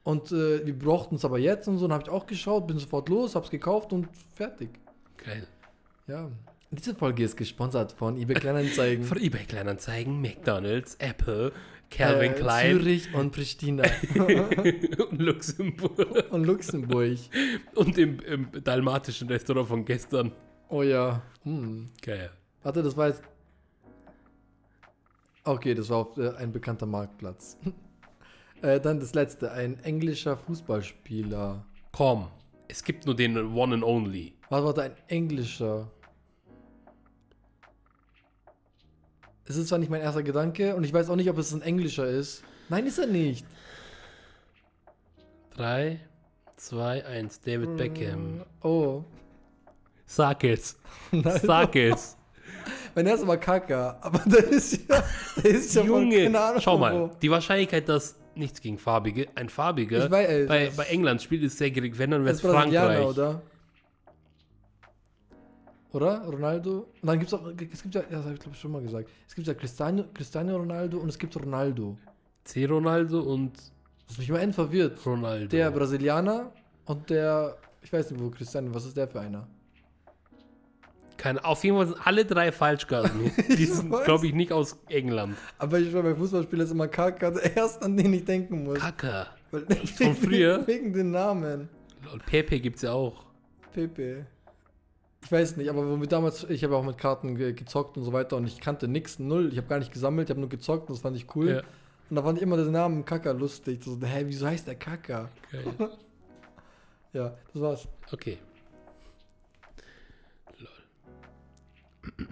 Speaker 2: Und äh, wir brauchten es aber jetzt und so, dann habe ich auch geschaut, bin sofort los, hab's gekauft und fertig.
Speaker 1: Geil.
Speaker 2: Ja. Diese Folge ist gesponsert von eBay Kleinanzeigen.
Speaker 1: Von eBay Kleinanzeigen, McDonalds, Apple, Calvin
Speaker 2: Äh,
Speaker 1: Klein
Speaker 2: Zürich und Pristina
Speaker 1: und Luxemburg
Speaker 2: und Luxemburg.
Speaker 1: und im, im dalmatischen Restaurant von gestern.
Speaker 2: Oh ja. Hm.
Speaker 1: Geil.
Speaker 2: Warte, das war jetzt. Okay, das war auf, äh, ein bekannter Marktplatz. äh, dann das letzte: ein englischer Fußballspieler.
Speaker 1: Komm, es gibt nur den One and Only.
Speaker 2: Warte, warte, ein englischer. Es ist zwar nicht mein erster Gedanke und ich weiß auch nicht, ob es ein englischer ist. Nein, ist er nicht.
Speaker 1: 3, 2, 1,
Speaker 2: Mhm.
Speaker 1: David Beckham.
Speaker 2: Oh.
Speaker 1: Sag es. Sag es.
Speaker 2: Mein erster war Kaka, aber der ist ja. Der ist ja von-
Speaker 1: Junge,
Speaker 2: keine Ahnung
Speaker 1: schau
Speaker 2: von
Speaker 1: mal.
Speaker 2: wo.
Speaker 1: Die Wahrscheinlichkeit, dass nichts gegen Farbige, ein Farbiger
Speaker 2: Ich weiß,
Speaker 1: bei,
Speaker 2: das-
Speaker 1: bei England spielt, ist sehr gering. Wenn, dann wäre
Speaker 2: Das
Speaker 1: es
Speaker 2: ist Brasilianer,
Speaker 1: Frankreich.
Speaker 2: oder? Oder? Ronaldo? Und dann gibt es auch, es gibt ja, ja, das habe ich glaube ich schon mal gesagt, es gibt ja Cristiano, Cristiano Ronaldo und es gibt Ronaldo.
Speaker 1: C. Ronaldo und
Speaker 2: Das hat mich immer end verwirrt.
Speaker 1: Ronaldo.
Speaker 2: Der Brasilianer und der, ich weiß nicht wo, Cristiano, was ist der für einer?
Speaker 1: Keine, auf jeden Fall sind alle drei falsch gegangen. Die sind,
Speaker 2: weiß.
Speaker 1: glaube ich, nicht aus England.
Speaker 2: Aber ich glaube, bei Fußballspielern ist immer Kaka der erste, an den ich denken muss.
Speaker 1: Kacke.
Speaker 2: Weil-
Speaker 1: Von früher?
Speaker 2: Wegen den Namen.
Speaker 1: Lol, Pepe gibt es ja auch.
Speaker 2: Pepe. Ich weiß nicht, aber wo wir damals, ich habe auch mit Karten ge gezockt und so weiter und ich kannte nix, null. Ich habe gar nicht gesammelt, ich habe nur gezockt und das fand ich cool.
Speaker 1: Ja.
Speaker 2: Und da fand ich immer den Namen Kaka lustig. So, hä, wieso heißt der Kaka?
Speaker 1: Geil.
Speaker 2: Ja, das war's.
Speaker 1: Okay. Lol.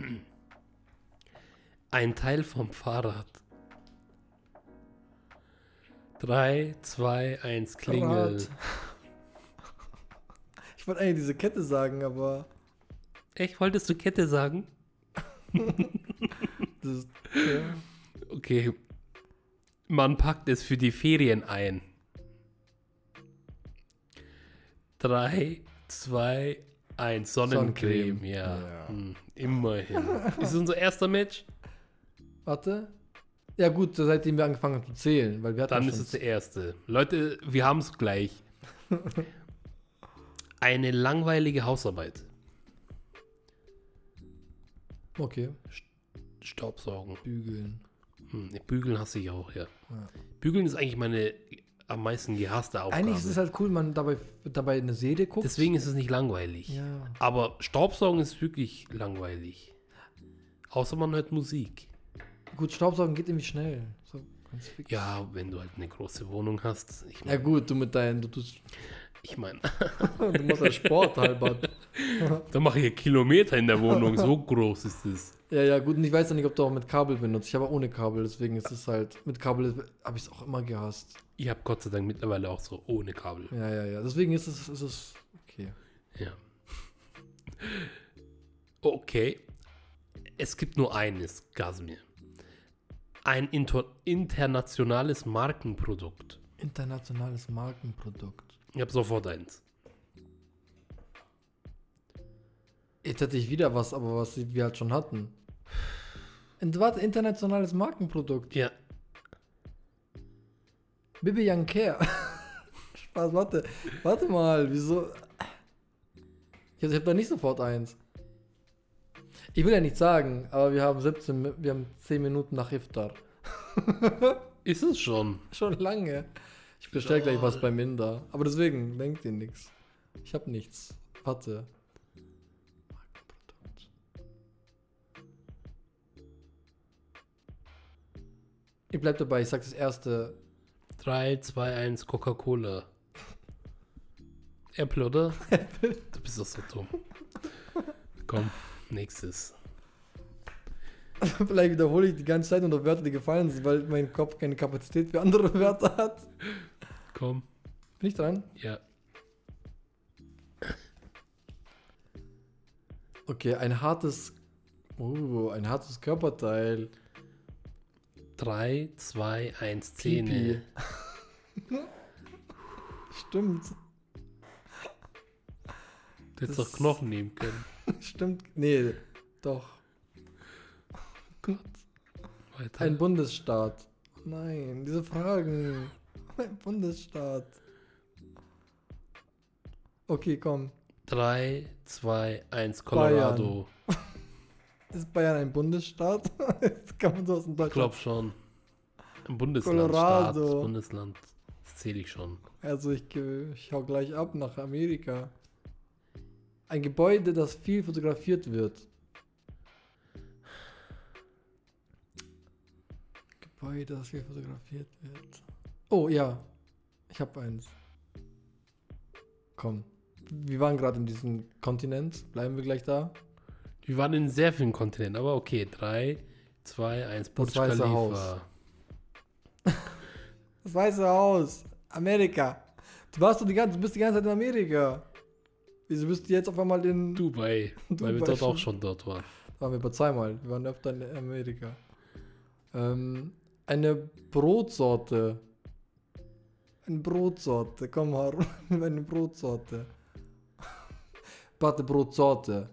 Speaker 1: Ein Teil vom Fahrrad. 3, 2, 1, Klingel.
Speaker 2: Rad. Ich wollte eigentlich diese Kette sagen, aber
Speaker 1: Echt, wolltest du Kette sagen?
Speaker 2: das ist, ja.
Speaker 1: Okay. Man packt es für die Ferien ein. 3, 2, 1, Sonnencreme.
Speaker 2: Sonnencreme,
Speaker 1: Ja.
Speaker 2: ja.
Speaker 1: Hm, immerhin. Ist es unser erster Match?
Speaker 2: Warte. Ja gut, seitdem wir angefangen haben zu zählen, weil wir hatten
Speaker 1: Dann
Speaker 2: ja
Speaker 1: ist
Speaker 2: schon-
Speaker 1: es der erste. Leute, wir haben es gleich. Eine langweilige Hausarbeit.
Speaker 2: Okay,
Speaker 1: Staubsaugen.
Speaker 2: bügeln.
Speaker 1: Hm, Bügeln hasse ich auch, ja.
Speaker 2: Ja.
Speaker 1: Bügeln ist eigentlich meine am meisten gehasste Aufgabe.
Speaker 2: Eigentlich ist es halt cool, wenn man dabei, dabei eine Serie guckt.
Speaker 1: Deswegen ist es nicht langweilig.
Speaker 2: Ja.
Speaker 1: Aber Staubsaugen ist wirklich langweilig. Außer man hört Musik.
Speaker 2: Gut, Staubsaugen geht irgendwie schnell. So, ganz fix.
Speaker 1: Ja, wenn du halt eine große Wohnung hast. Ich
Speaker 2: ja
Speaker 1: meine,
Speaker 2: gut, du mit deinen, du tust,
Speaker 1: ich mein,
Speaker 2: du machst ja Sport halbert.
Speaker 1: da mache ich ja Kilometer in der Wohnung. So groß ist es.
Speaker 2: Ja, ja, gut, und ich weiß ja nicht, ob du auch mit Kabel benutzt. Ich habe auch ohne Kabel, deswegen ist es halt, mit Kabel habe ich es auch immer gehasst.
Speaker 1: Ich habe Gott sei Dank mittlerweile auch so ohne Kabel.
Speaker 2: Ja, ja, ja, deswegen ist es, ist es okay.
Speaker 1: Ja. Okay. Es gibt nur eines, Gasmir. Ein inter internationales Markenprodukt.
Speaker 2: Internationales Markenprodukt.
Speaker 1: Ich habe sofort eins.
Speaker 2: Jetzt hätte ich wieder was, aber was wir halt schon hatten. Und warte, internationales Markenprodukt.
Speaker 1: Ja,
Speaker 2: Bibi Young Care. Spaß, warte. Warte mal, wieso? Ich hab, ich hab da nicht sofort eins. Ich will ja nichts sagen, aber wir haben 17, Mi- wir haben 10 Minuten nach Iftar.
Speaker 1: ist es schon.
Speaker 2: Schon lange. Ich bestell gleich was bei Minder. Aber deswegen, denkt ihr nichts. Ich hab nichts. Warte. Markenprodukt. Ich bleib dabei, ich sag das erste.
Speaker 1: 3, 2, 1, Coca-Cola. Apple, oder? Du bist doch so dumm. Komm, nächstes.
Speaker 2: Vielleicht wiederhole ich die ganze Zeit unter Wörter, die gefallen sind, weil mein Kopf keine Kapazität für andere Wörter hat.
Speaker 1: Komm,
Speaker 2: Bin ich dran?
Speaker 1: ja.
Speaker 2: Okay, ein hartes. Oh, ein hartes Körperteil.
Speaker 1: 3, 2, 1,
Speaker 2: Pipi.
Speaker 1: Zähne.
Speaker 2: Stimmt.
Speaker 1: Du hättest
Speaker 2: Das-
Speaker 1: doch Knochen nehmen können.
Speaker 2: Stimmt. Nee, doch. Oh
Speaker 1: Weiter.
Speaker 2: Ein Bundesstaat. Nein, diese Fragen. Ein Bundesstaat. Okay, komm.
Speaker 1: 3, 2, 1, Colorado.
Speaker 2: Ist Bayern ein Bundesstaat? Jetzt kann man sowas in
Speaker 1: Ich
Speaker 2: Deutschland.
Speaker 1: glaube schon. Im Bundesland, Staat,
Speaker 2: Colorado.
Speaker 1: Bundesland. Das zähle ich schon.
Speaker 2: Also ich, ge- ich hau gleich ab nach Amerika. Ein Gebäude, das viel fotografiert wird. Gebäude, das viel fotografiert wird. Oh ja, ich habe eins. Komm, wir waren gerade in diesem Kontinent. Bleiben wir gleich da.
Speaker 1: Wir waren in sehr vielen Kontinenten, aber okay. 3, 2, 1, Burj
Speaker 2: Weiße
Speaker 1: Khalifa.
Speaker 2: Haus. Das Weiße Haus, Amerika. Du warst doch die ganze, du bist die ganze Zeit in Amerika. Wieso bist du jetzt auf einmal in?
Speaker 1: Dubai, weil
Speaker 2: Dubai
Speaker 1: wir dort auch
Speaker 2: schon.
Speaker 1: schon dort waren.
Speaker 2: Waren wir bei zweimal. Wir waren öfter in Amerika. Ähm, eine Brotsorte. Eine Brotsorte. Komm, Harun. Eine Brotsorte. Warte, Brotsorte.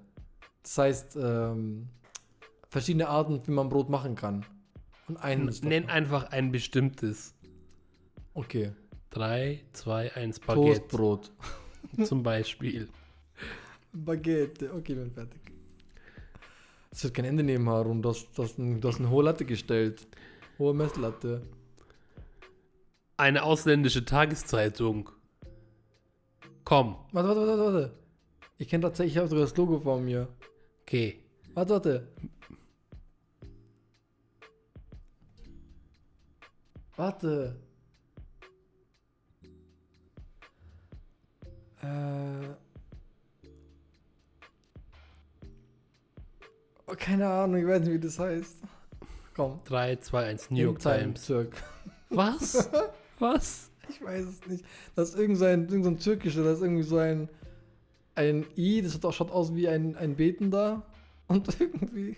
Speaker 2: Das heißt, ähm, verschiedene Arten, wie man Brot machen kann. Und einen. ist
Speaker 1: Nenn
Speaker 2: davon.
Speaker 1: einfach ein bestimmtes.
Speaker 2: Okay.
Speaker 1: 3, 2, 1, Baguette
Speaker 2: Toastbrot.
Speaker 1: zum Beispiel.
Speaker 2: Baguette. Okay, bin fertig. Das wird kein Ende nehmen, Harun. Du hast, du hast, ein, du hast eine hohe Latte gestellt. Hohe Messlatte.
Speaker 1: Eine ausländische Tageszeitung. Komm,
Speaker 2: Warte, warte, warte, warte. Ich kenne tatsächlich, ich habe sogar das Logo vor mir.
Speaker 1: okay.
Speaker 2: Warte, warte. Warte. Äh. Oh, keine Ahnung, ich weiß nicht, wie das heißt. Komm.
Speaker 1: 3, 2, 1, New York
Speaker 2: im Time
Speaker 1: Times.
Speaker 2: Zirk.
Speaker 1: Was? Was?
Speaker 2: Ich weiß es nicht. Das ist irgendein, irgendein türkischer, das ist irgendwie so ein, ein I, das schaut, auch, schaut aus wie ein, ein Betender. Und irgendwie,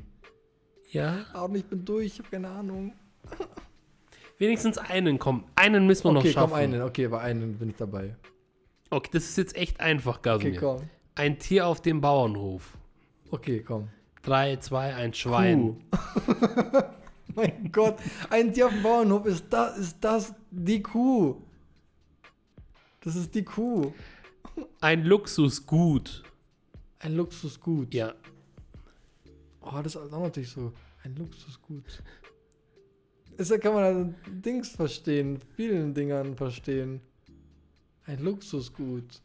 Speaker 1: Ja?
Speaker 2: aber ich bin durch, ich habe keine Ahnung.
Speaker 1: Wenigstens einen, komm. Einen müssen wir
Speaker 2: Okay,
Speaker 1: noch schaffen.
Speaker 2: komm, einen, okay, bei einem bin ich dabei.
Speaker 1: Okay, das ist jetzt echt einfach,
Speaker 2: Okay,
Speaker 1: Gasumir.
Speaker 2: komm.
Speaker 1: Ein Tier auf dem Bauernhof.
Speaker 2: Okay, komm.
Speaker 1: 3, 2, 1, Schwein.
Speaker 2: Mein Gott, ein Tier auf dem Bauernhof, ist das, ist das die Kuh? Das ist die Kuh.
Speaker 1: Ein Luxusgut.
Speaker 2: Ein Luxusgut.
Speaker 1: Ja.
Speaker 2: Oh, das ist auch natürlich so. Ein Luxusgut. Deshalb kann man an Dings verstehen, vielen Dingern verstehen. Ein Luxusgut.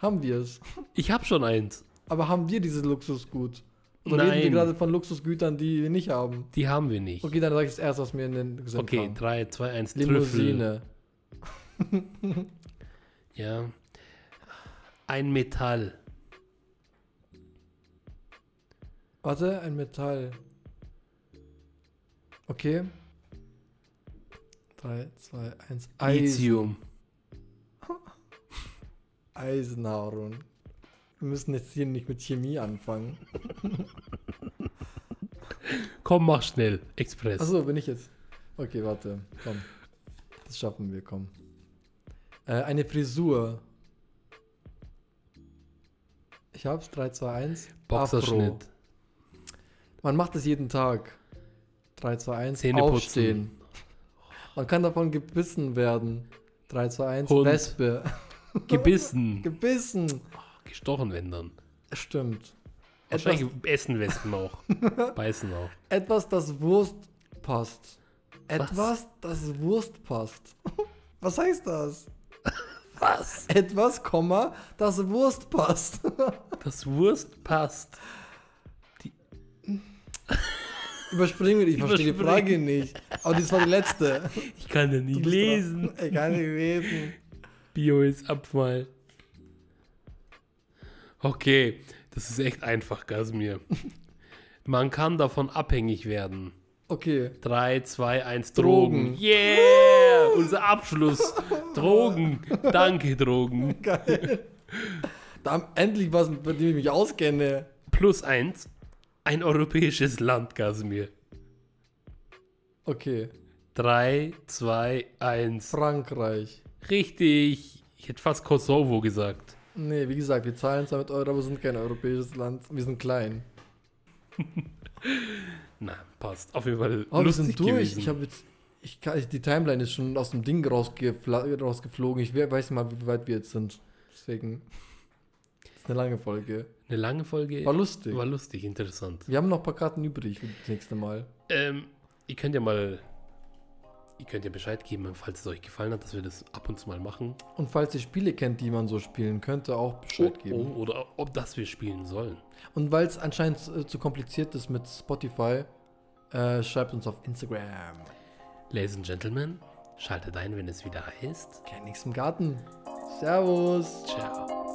Speaker 2: Haben wir es.
Speaker 1: Ich hab schon eins.
Speaker 2: Aber haben wir dieses Luxusgut? Oder reden wir
Speaker 1: Nein.
Speaker 2: gerade von Luxusgütern, die wir nicht haben?
Speaker 1: Die haben wir nicht. Okay,
Speaker 2: Okay, dann sage ich das erste, was mir in den Sinn kam.
Speaker 1: 3, 2, 1, Trüffel.
Speaker 2: Limousine.
Speaker 1: Ja. Ein Metall.
Speaker 2: Warte, ein Metall. Okay. 3, 2, 1. Eisen.
Speaker 1: Lithium.
Speaker 2: Eisenharun. Wir müssen jetzt hier nicht mit Chemie anfangen.
Speaker 1: Komm, mach schnell. Express.
Speaker 2: Achso, bin ich jetzt. Okay, warte. Komm. Das schaffen wir, komm. Äh, eine Frisur. Ich hab's, 3, 2, 1.
Speaker 1: Boxerschnitt.
Speaker 2: Afro. Man macht es jeden Tag. 3, 2, 1.
Speaker 1: Zähne putzen.
Speaker 2: Aufstehen. Man kann davon gebissen werden. 3, 2, 1.
Speaker 1: Hund.
Speaker 2: Wespe.
Speaker 1: Gebissen.
Speaker 2: gebissen.
Speaker 1: Gestochen, wenn dann.
Speaker 2: Stimmt. Etwas,
Speaker 1: Wahrscheinlich essen Wespen auch. Beißen auch.
Speaker 2: etwas, das Wurst passt.
Speaker 1: Was?
Speaker 2: Etwas, das Wurst passt. Was heißt das?
Speaker 1: Was?
Speaker 2: Etwas, Komma, das Wurst passt.
Speaker 1: Das Wurst passt.
Speaker 2: Überspringen wir, die, ich verstehe die
Speaker 1: Überspringen.
Speaker 2: Frage nicht. Aber dies war die letzte.
Speaker 1: Ich kann ja
Speaker 2: Du
Speaker 1: nicht
Speaker 2: bist
Speaker 1: lesen.
Speaker 2: dran. Ich kann nicht lesen.
Speaker 1: Bio ist Abfall. Okay, das ist echt einfach, Gasmir. Man kann davon abhängig werden.
Speaker 2: Okay.
Speaker 1: 3, 2, 1,
Speaker 2: Drogen.
Speaker 1: Drogen. Yeah! Unser Abschluss. Drogen. Danke, Drogen.
Speaker 2: Geil. Da haben endlich was, bei dem ich mich auskenne.
Speaker 1: Plus 1. Ein europäisches Land, Gasmir.
Speaker 2: Okay.
Speaker 1: 3, 2, 1.
Speaker 2: Frankreich.
Speaker 1: Richtig. Ich hätte fast Kosovo gesagt.
Speaker 2: Nee, wie gesagt, wir zahlen zwar mit Euro, aber sind kein europäisches Land. Wir sind klein.
Speaker 1: Na, passt. Auf jeden Fall
Speaker 2: Oh, wir
Speaker 1: lustig
Speaker 2: sind durch.
Speaker 1: gewesen.
Speaker 2: Ich habe jetzt. Ich kann, die Timeline ist schon aus dem Ding rausgefla- rausgeflogen. Ich we- weiß nicht mal, wie weit wir jetzt sind. Deswegen. Das ist eine lange Folge.
Speaker 1: Eine lange Folge.
Speaker 2: War lustig.
Speaker 1: War lustig, interessant.
Speaker 2: Wir haben noch ein paar Karten übrig für das nächste Mal.
Speaker 1: Ähm, ihr könnt ja mal. Ihr könnt ja Bescheid geben, falls es euch gefallen hat, dass wir das ab und zu mal machen.
Speaker 2: Und falls ihr Spiele kennt, die man so spielen könnte, auch Bescheid geben.
Speaker 1: Oh, oder ob das wir spielen sollen.
Speaker 2: Und weil es anscheinend äh, zu kompliziert ist mit Spotify, äh, schreibt uns auf Instagram.
Speaker 1: Ladies and Gentlemen, schaltet ein, wenn es wieder heißt.
Speaker 2: Kein nichts im Garten. Servus.
Speaker 1: Ciao.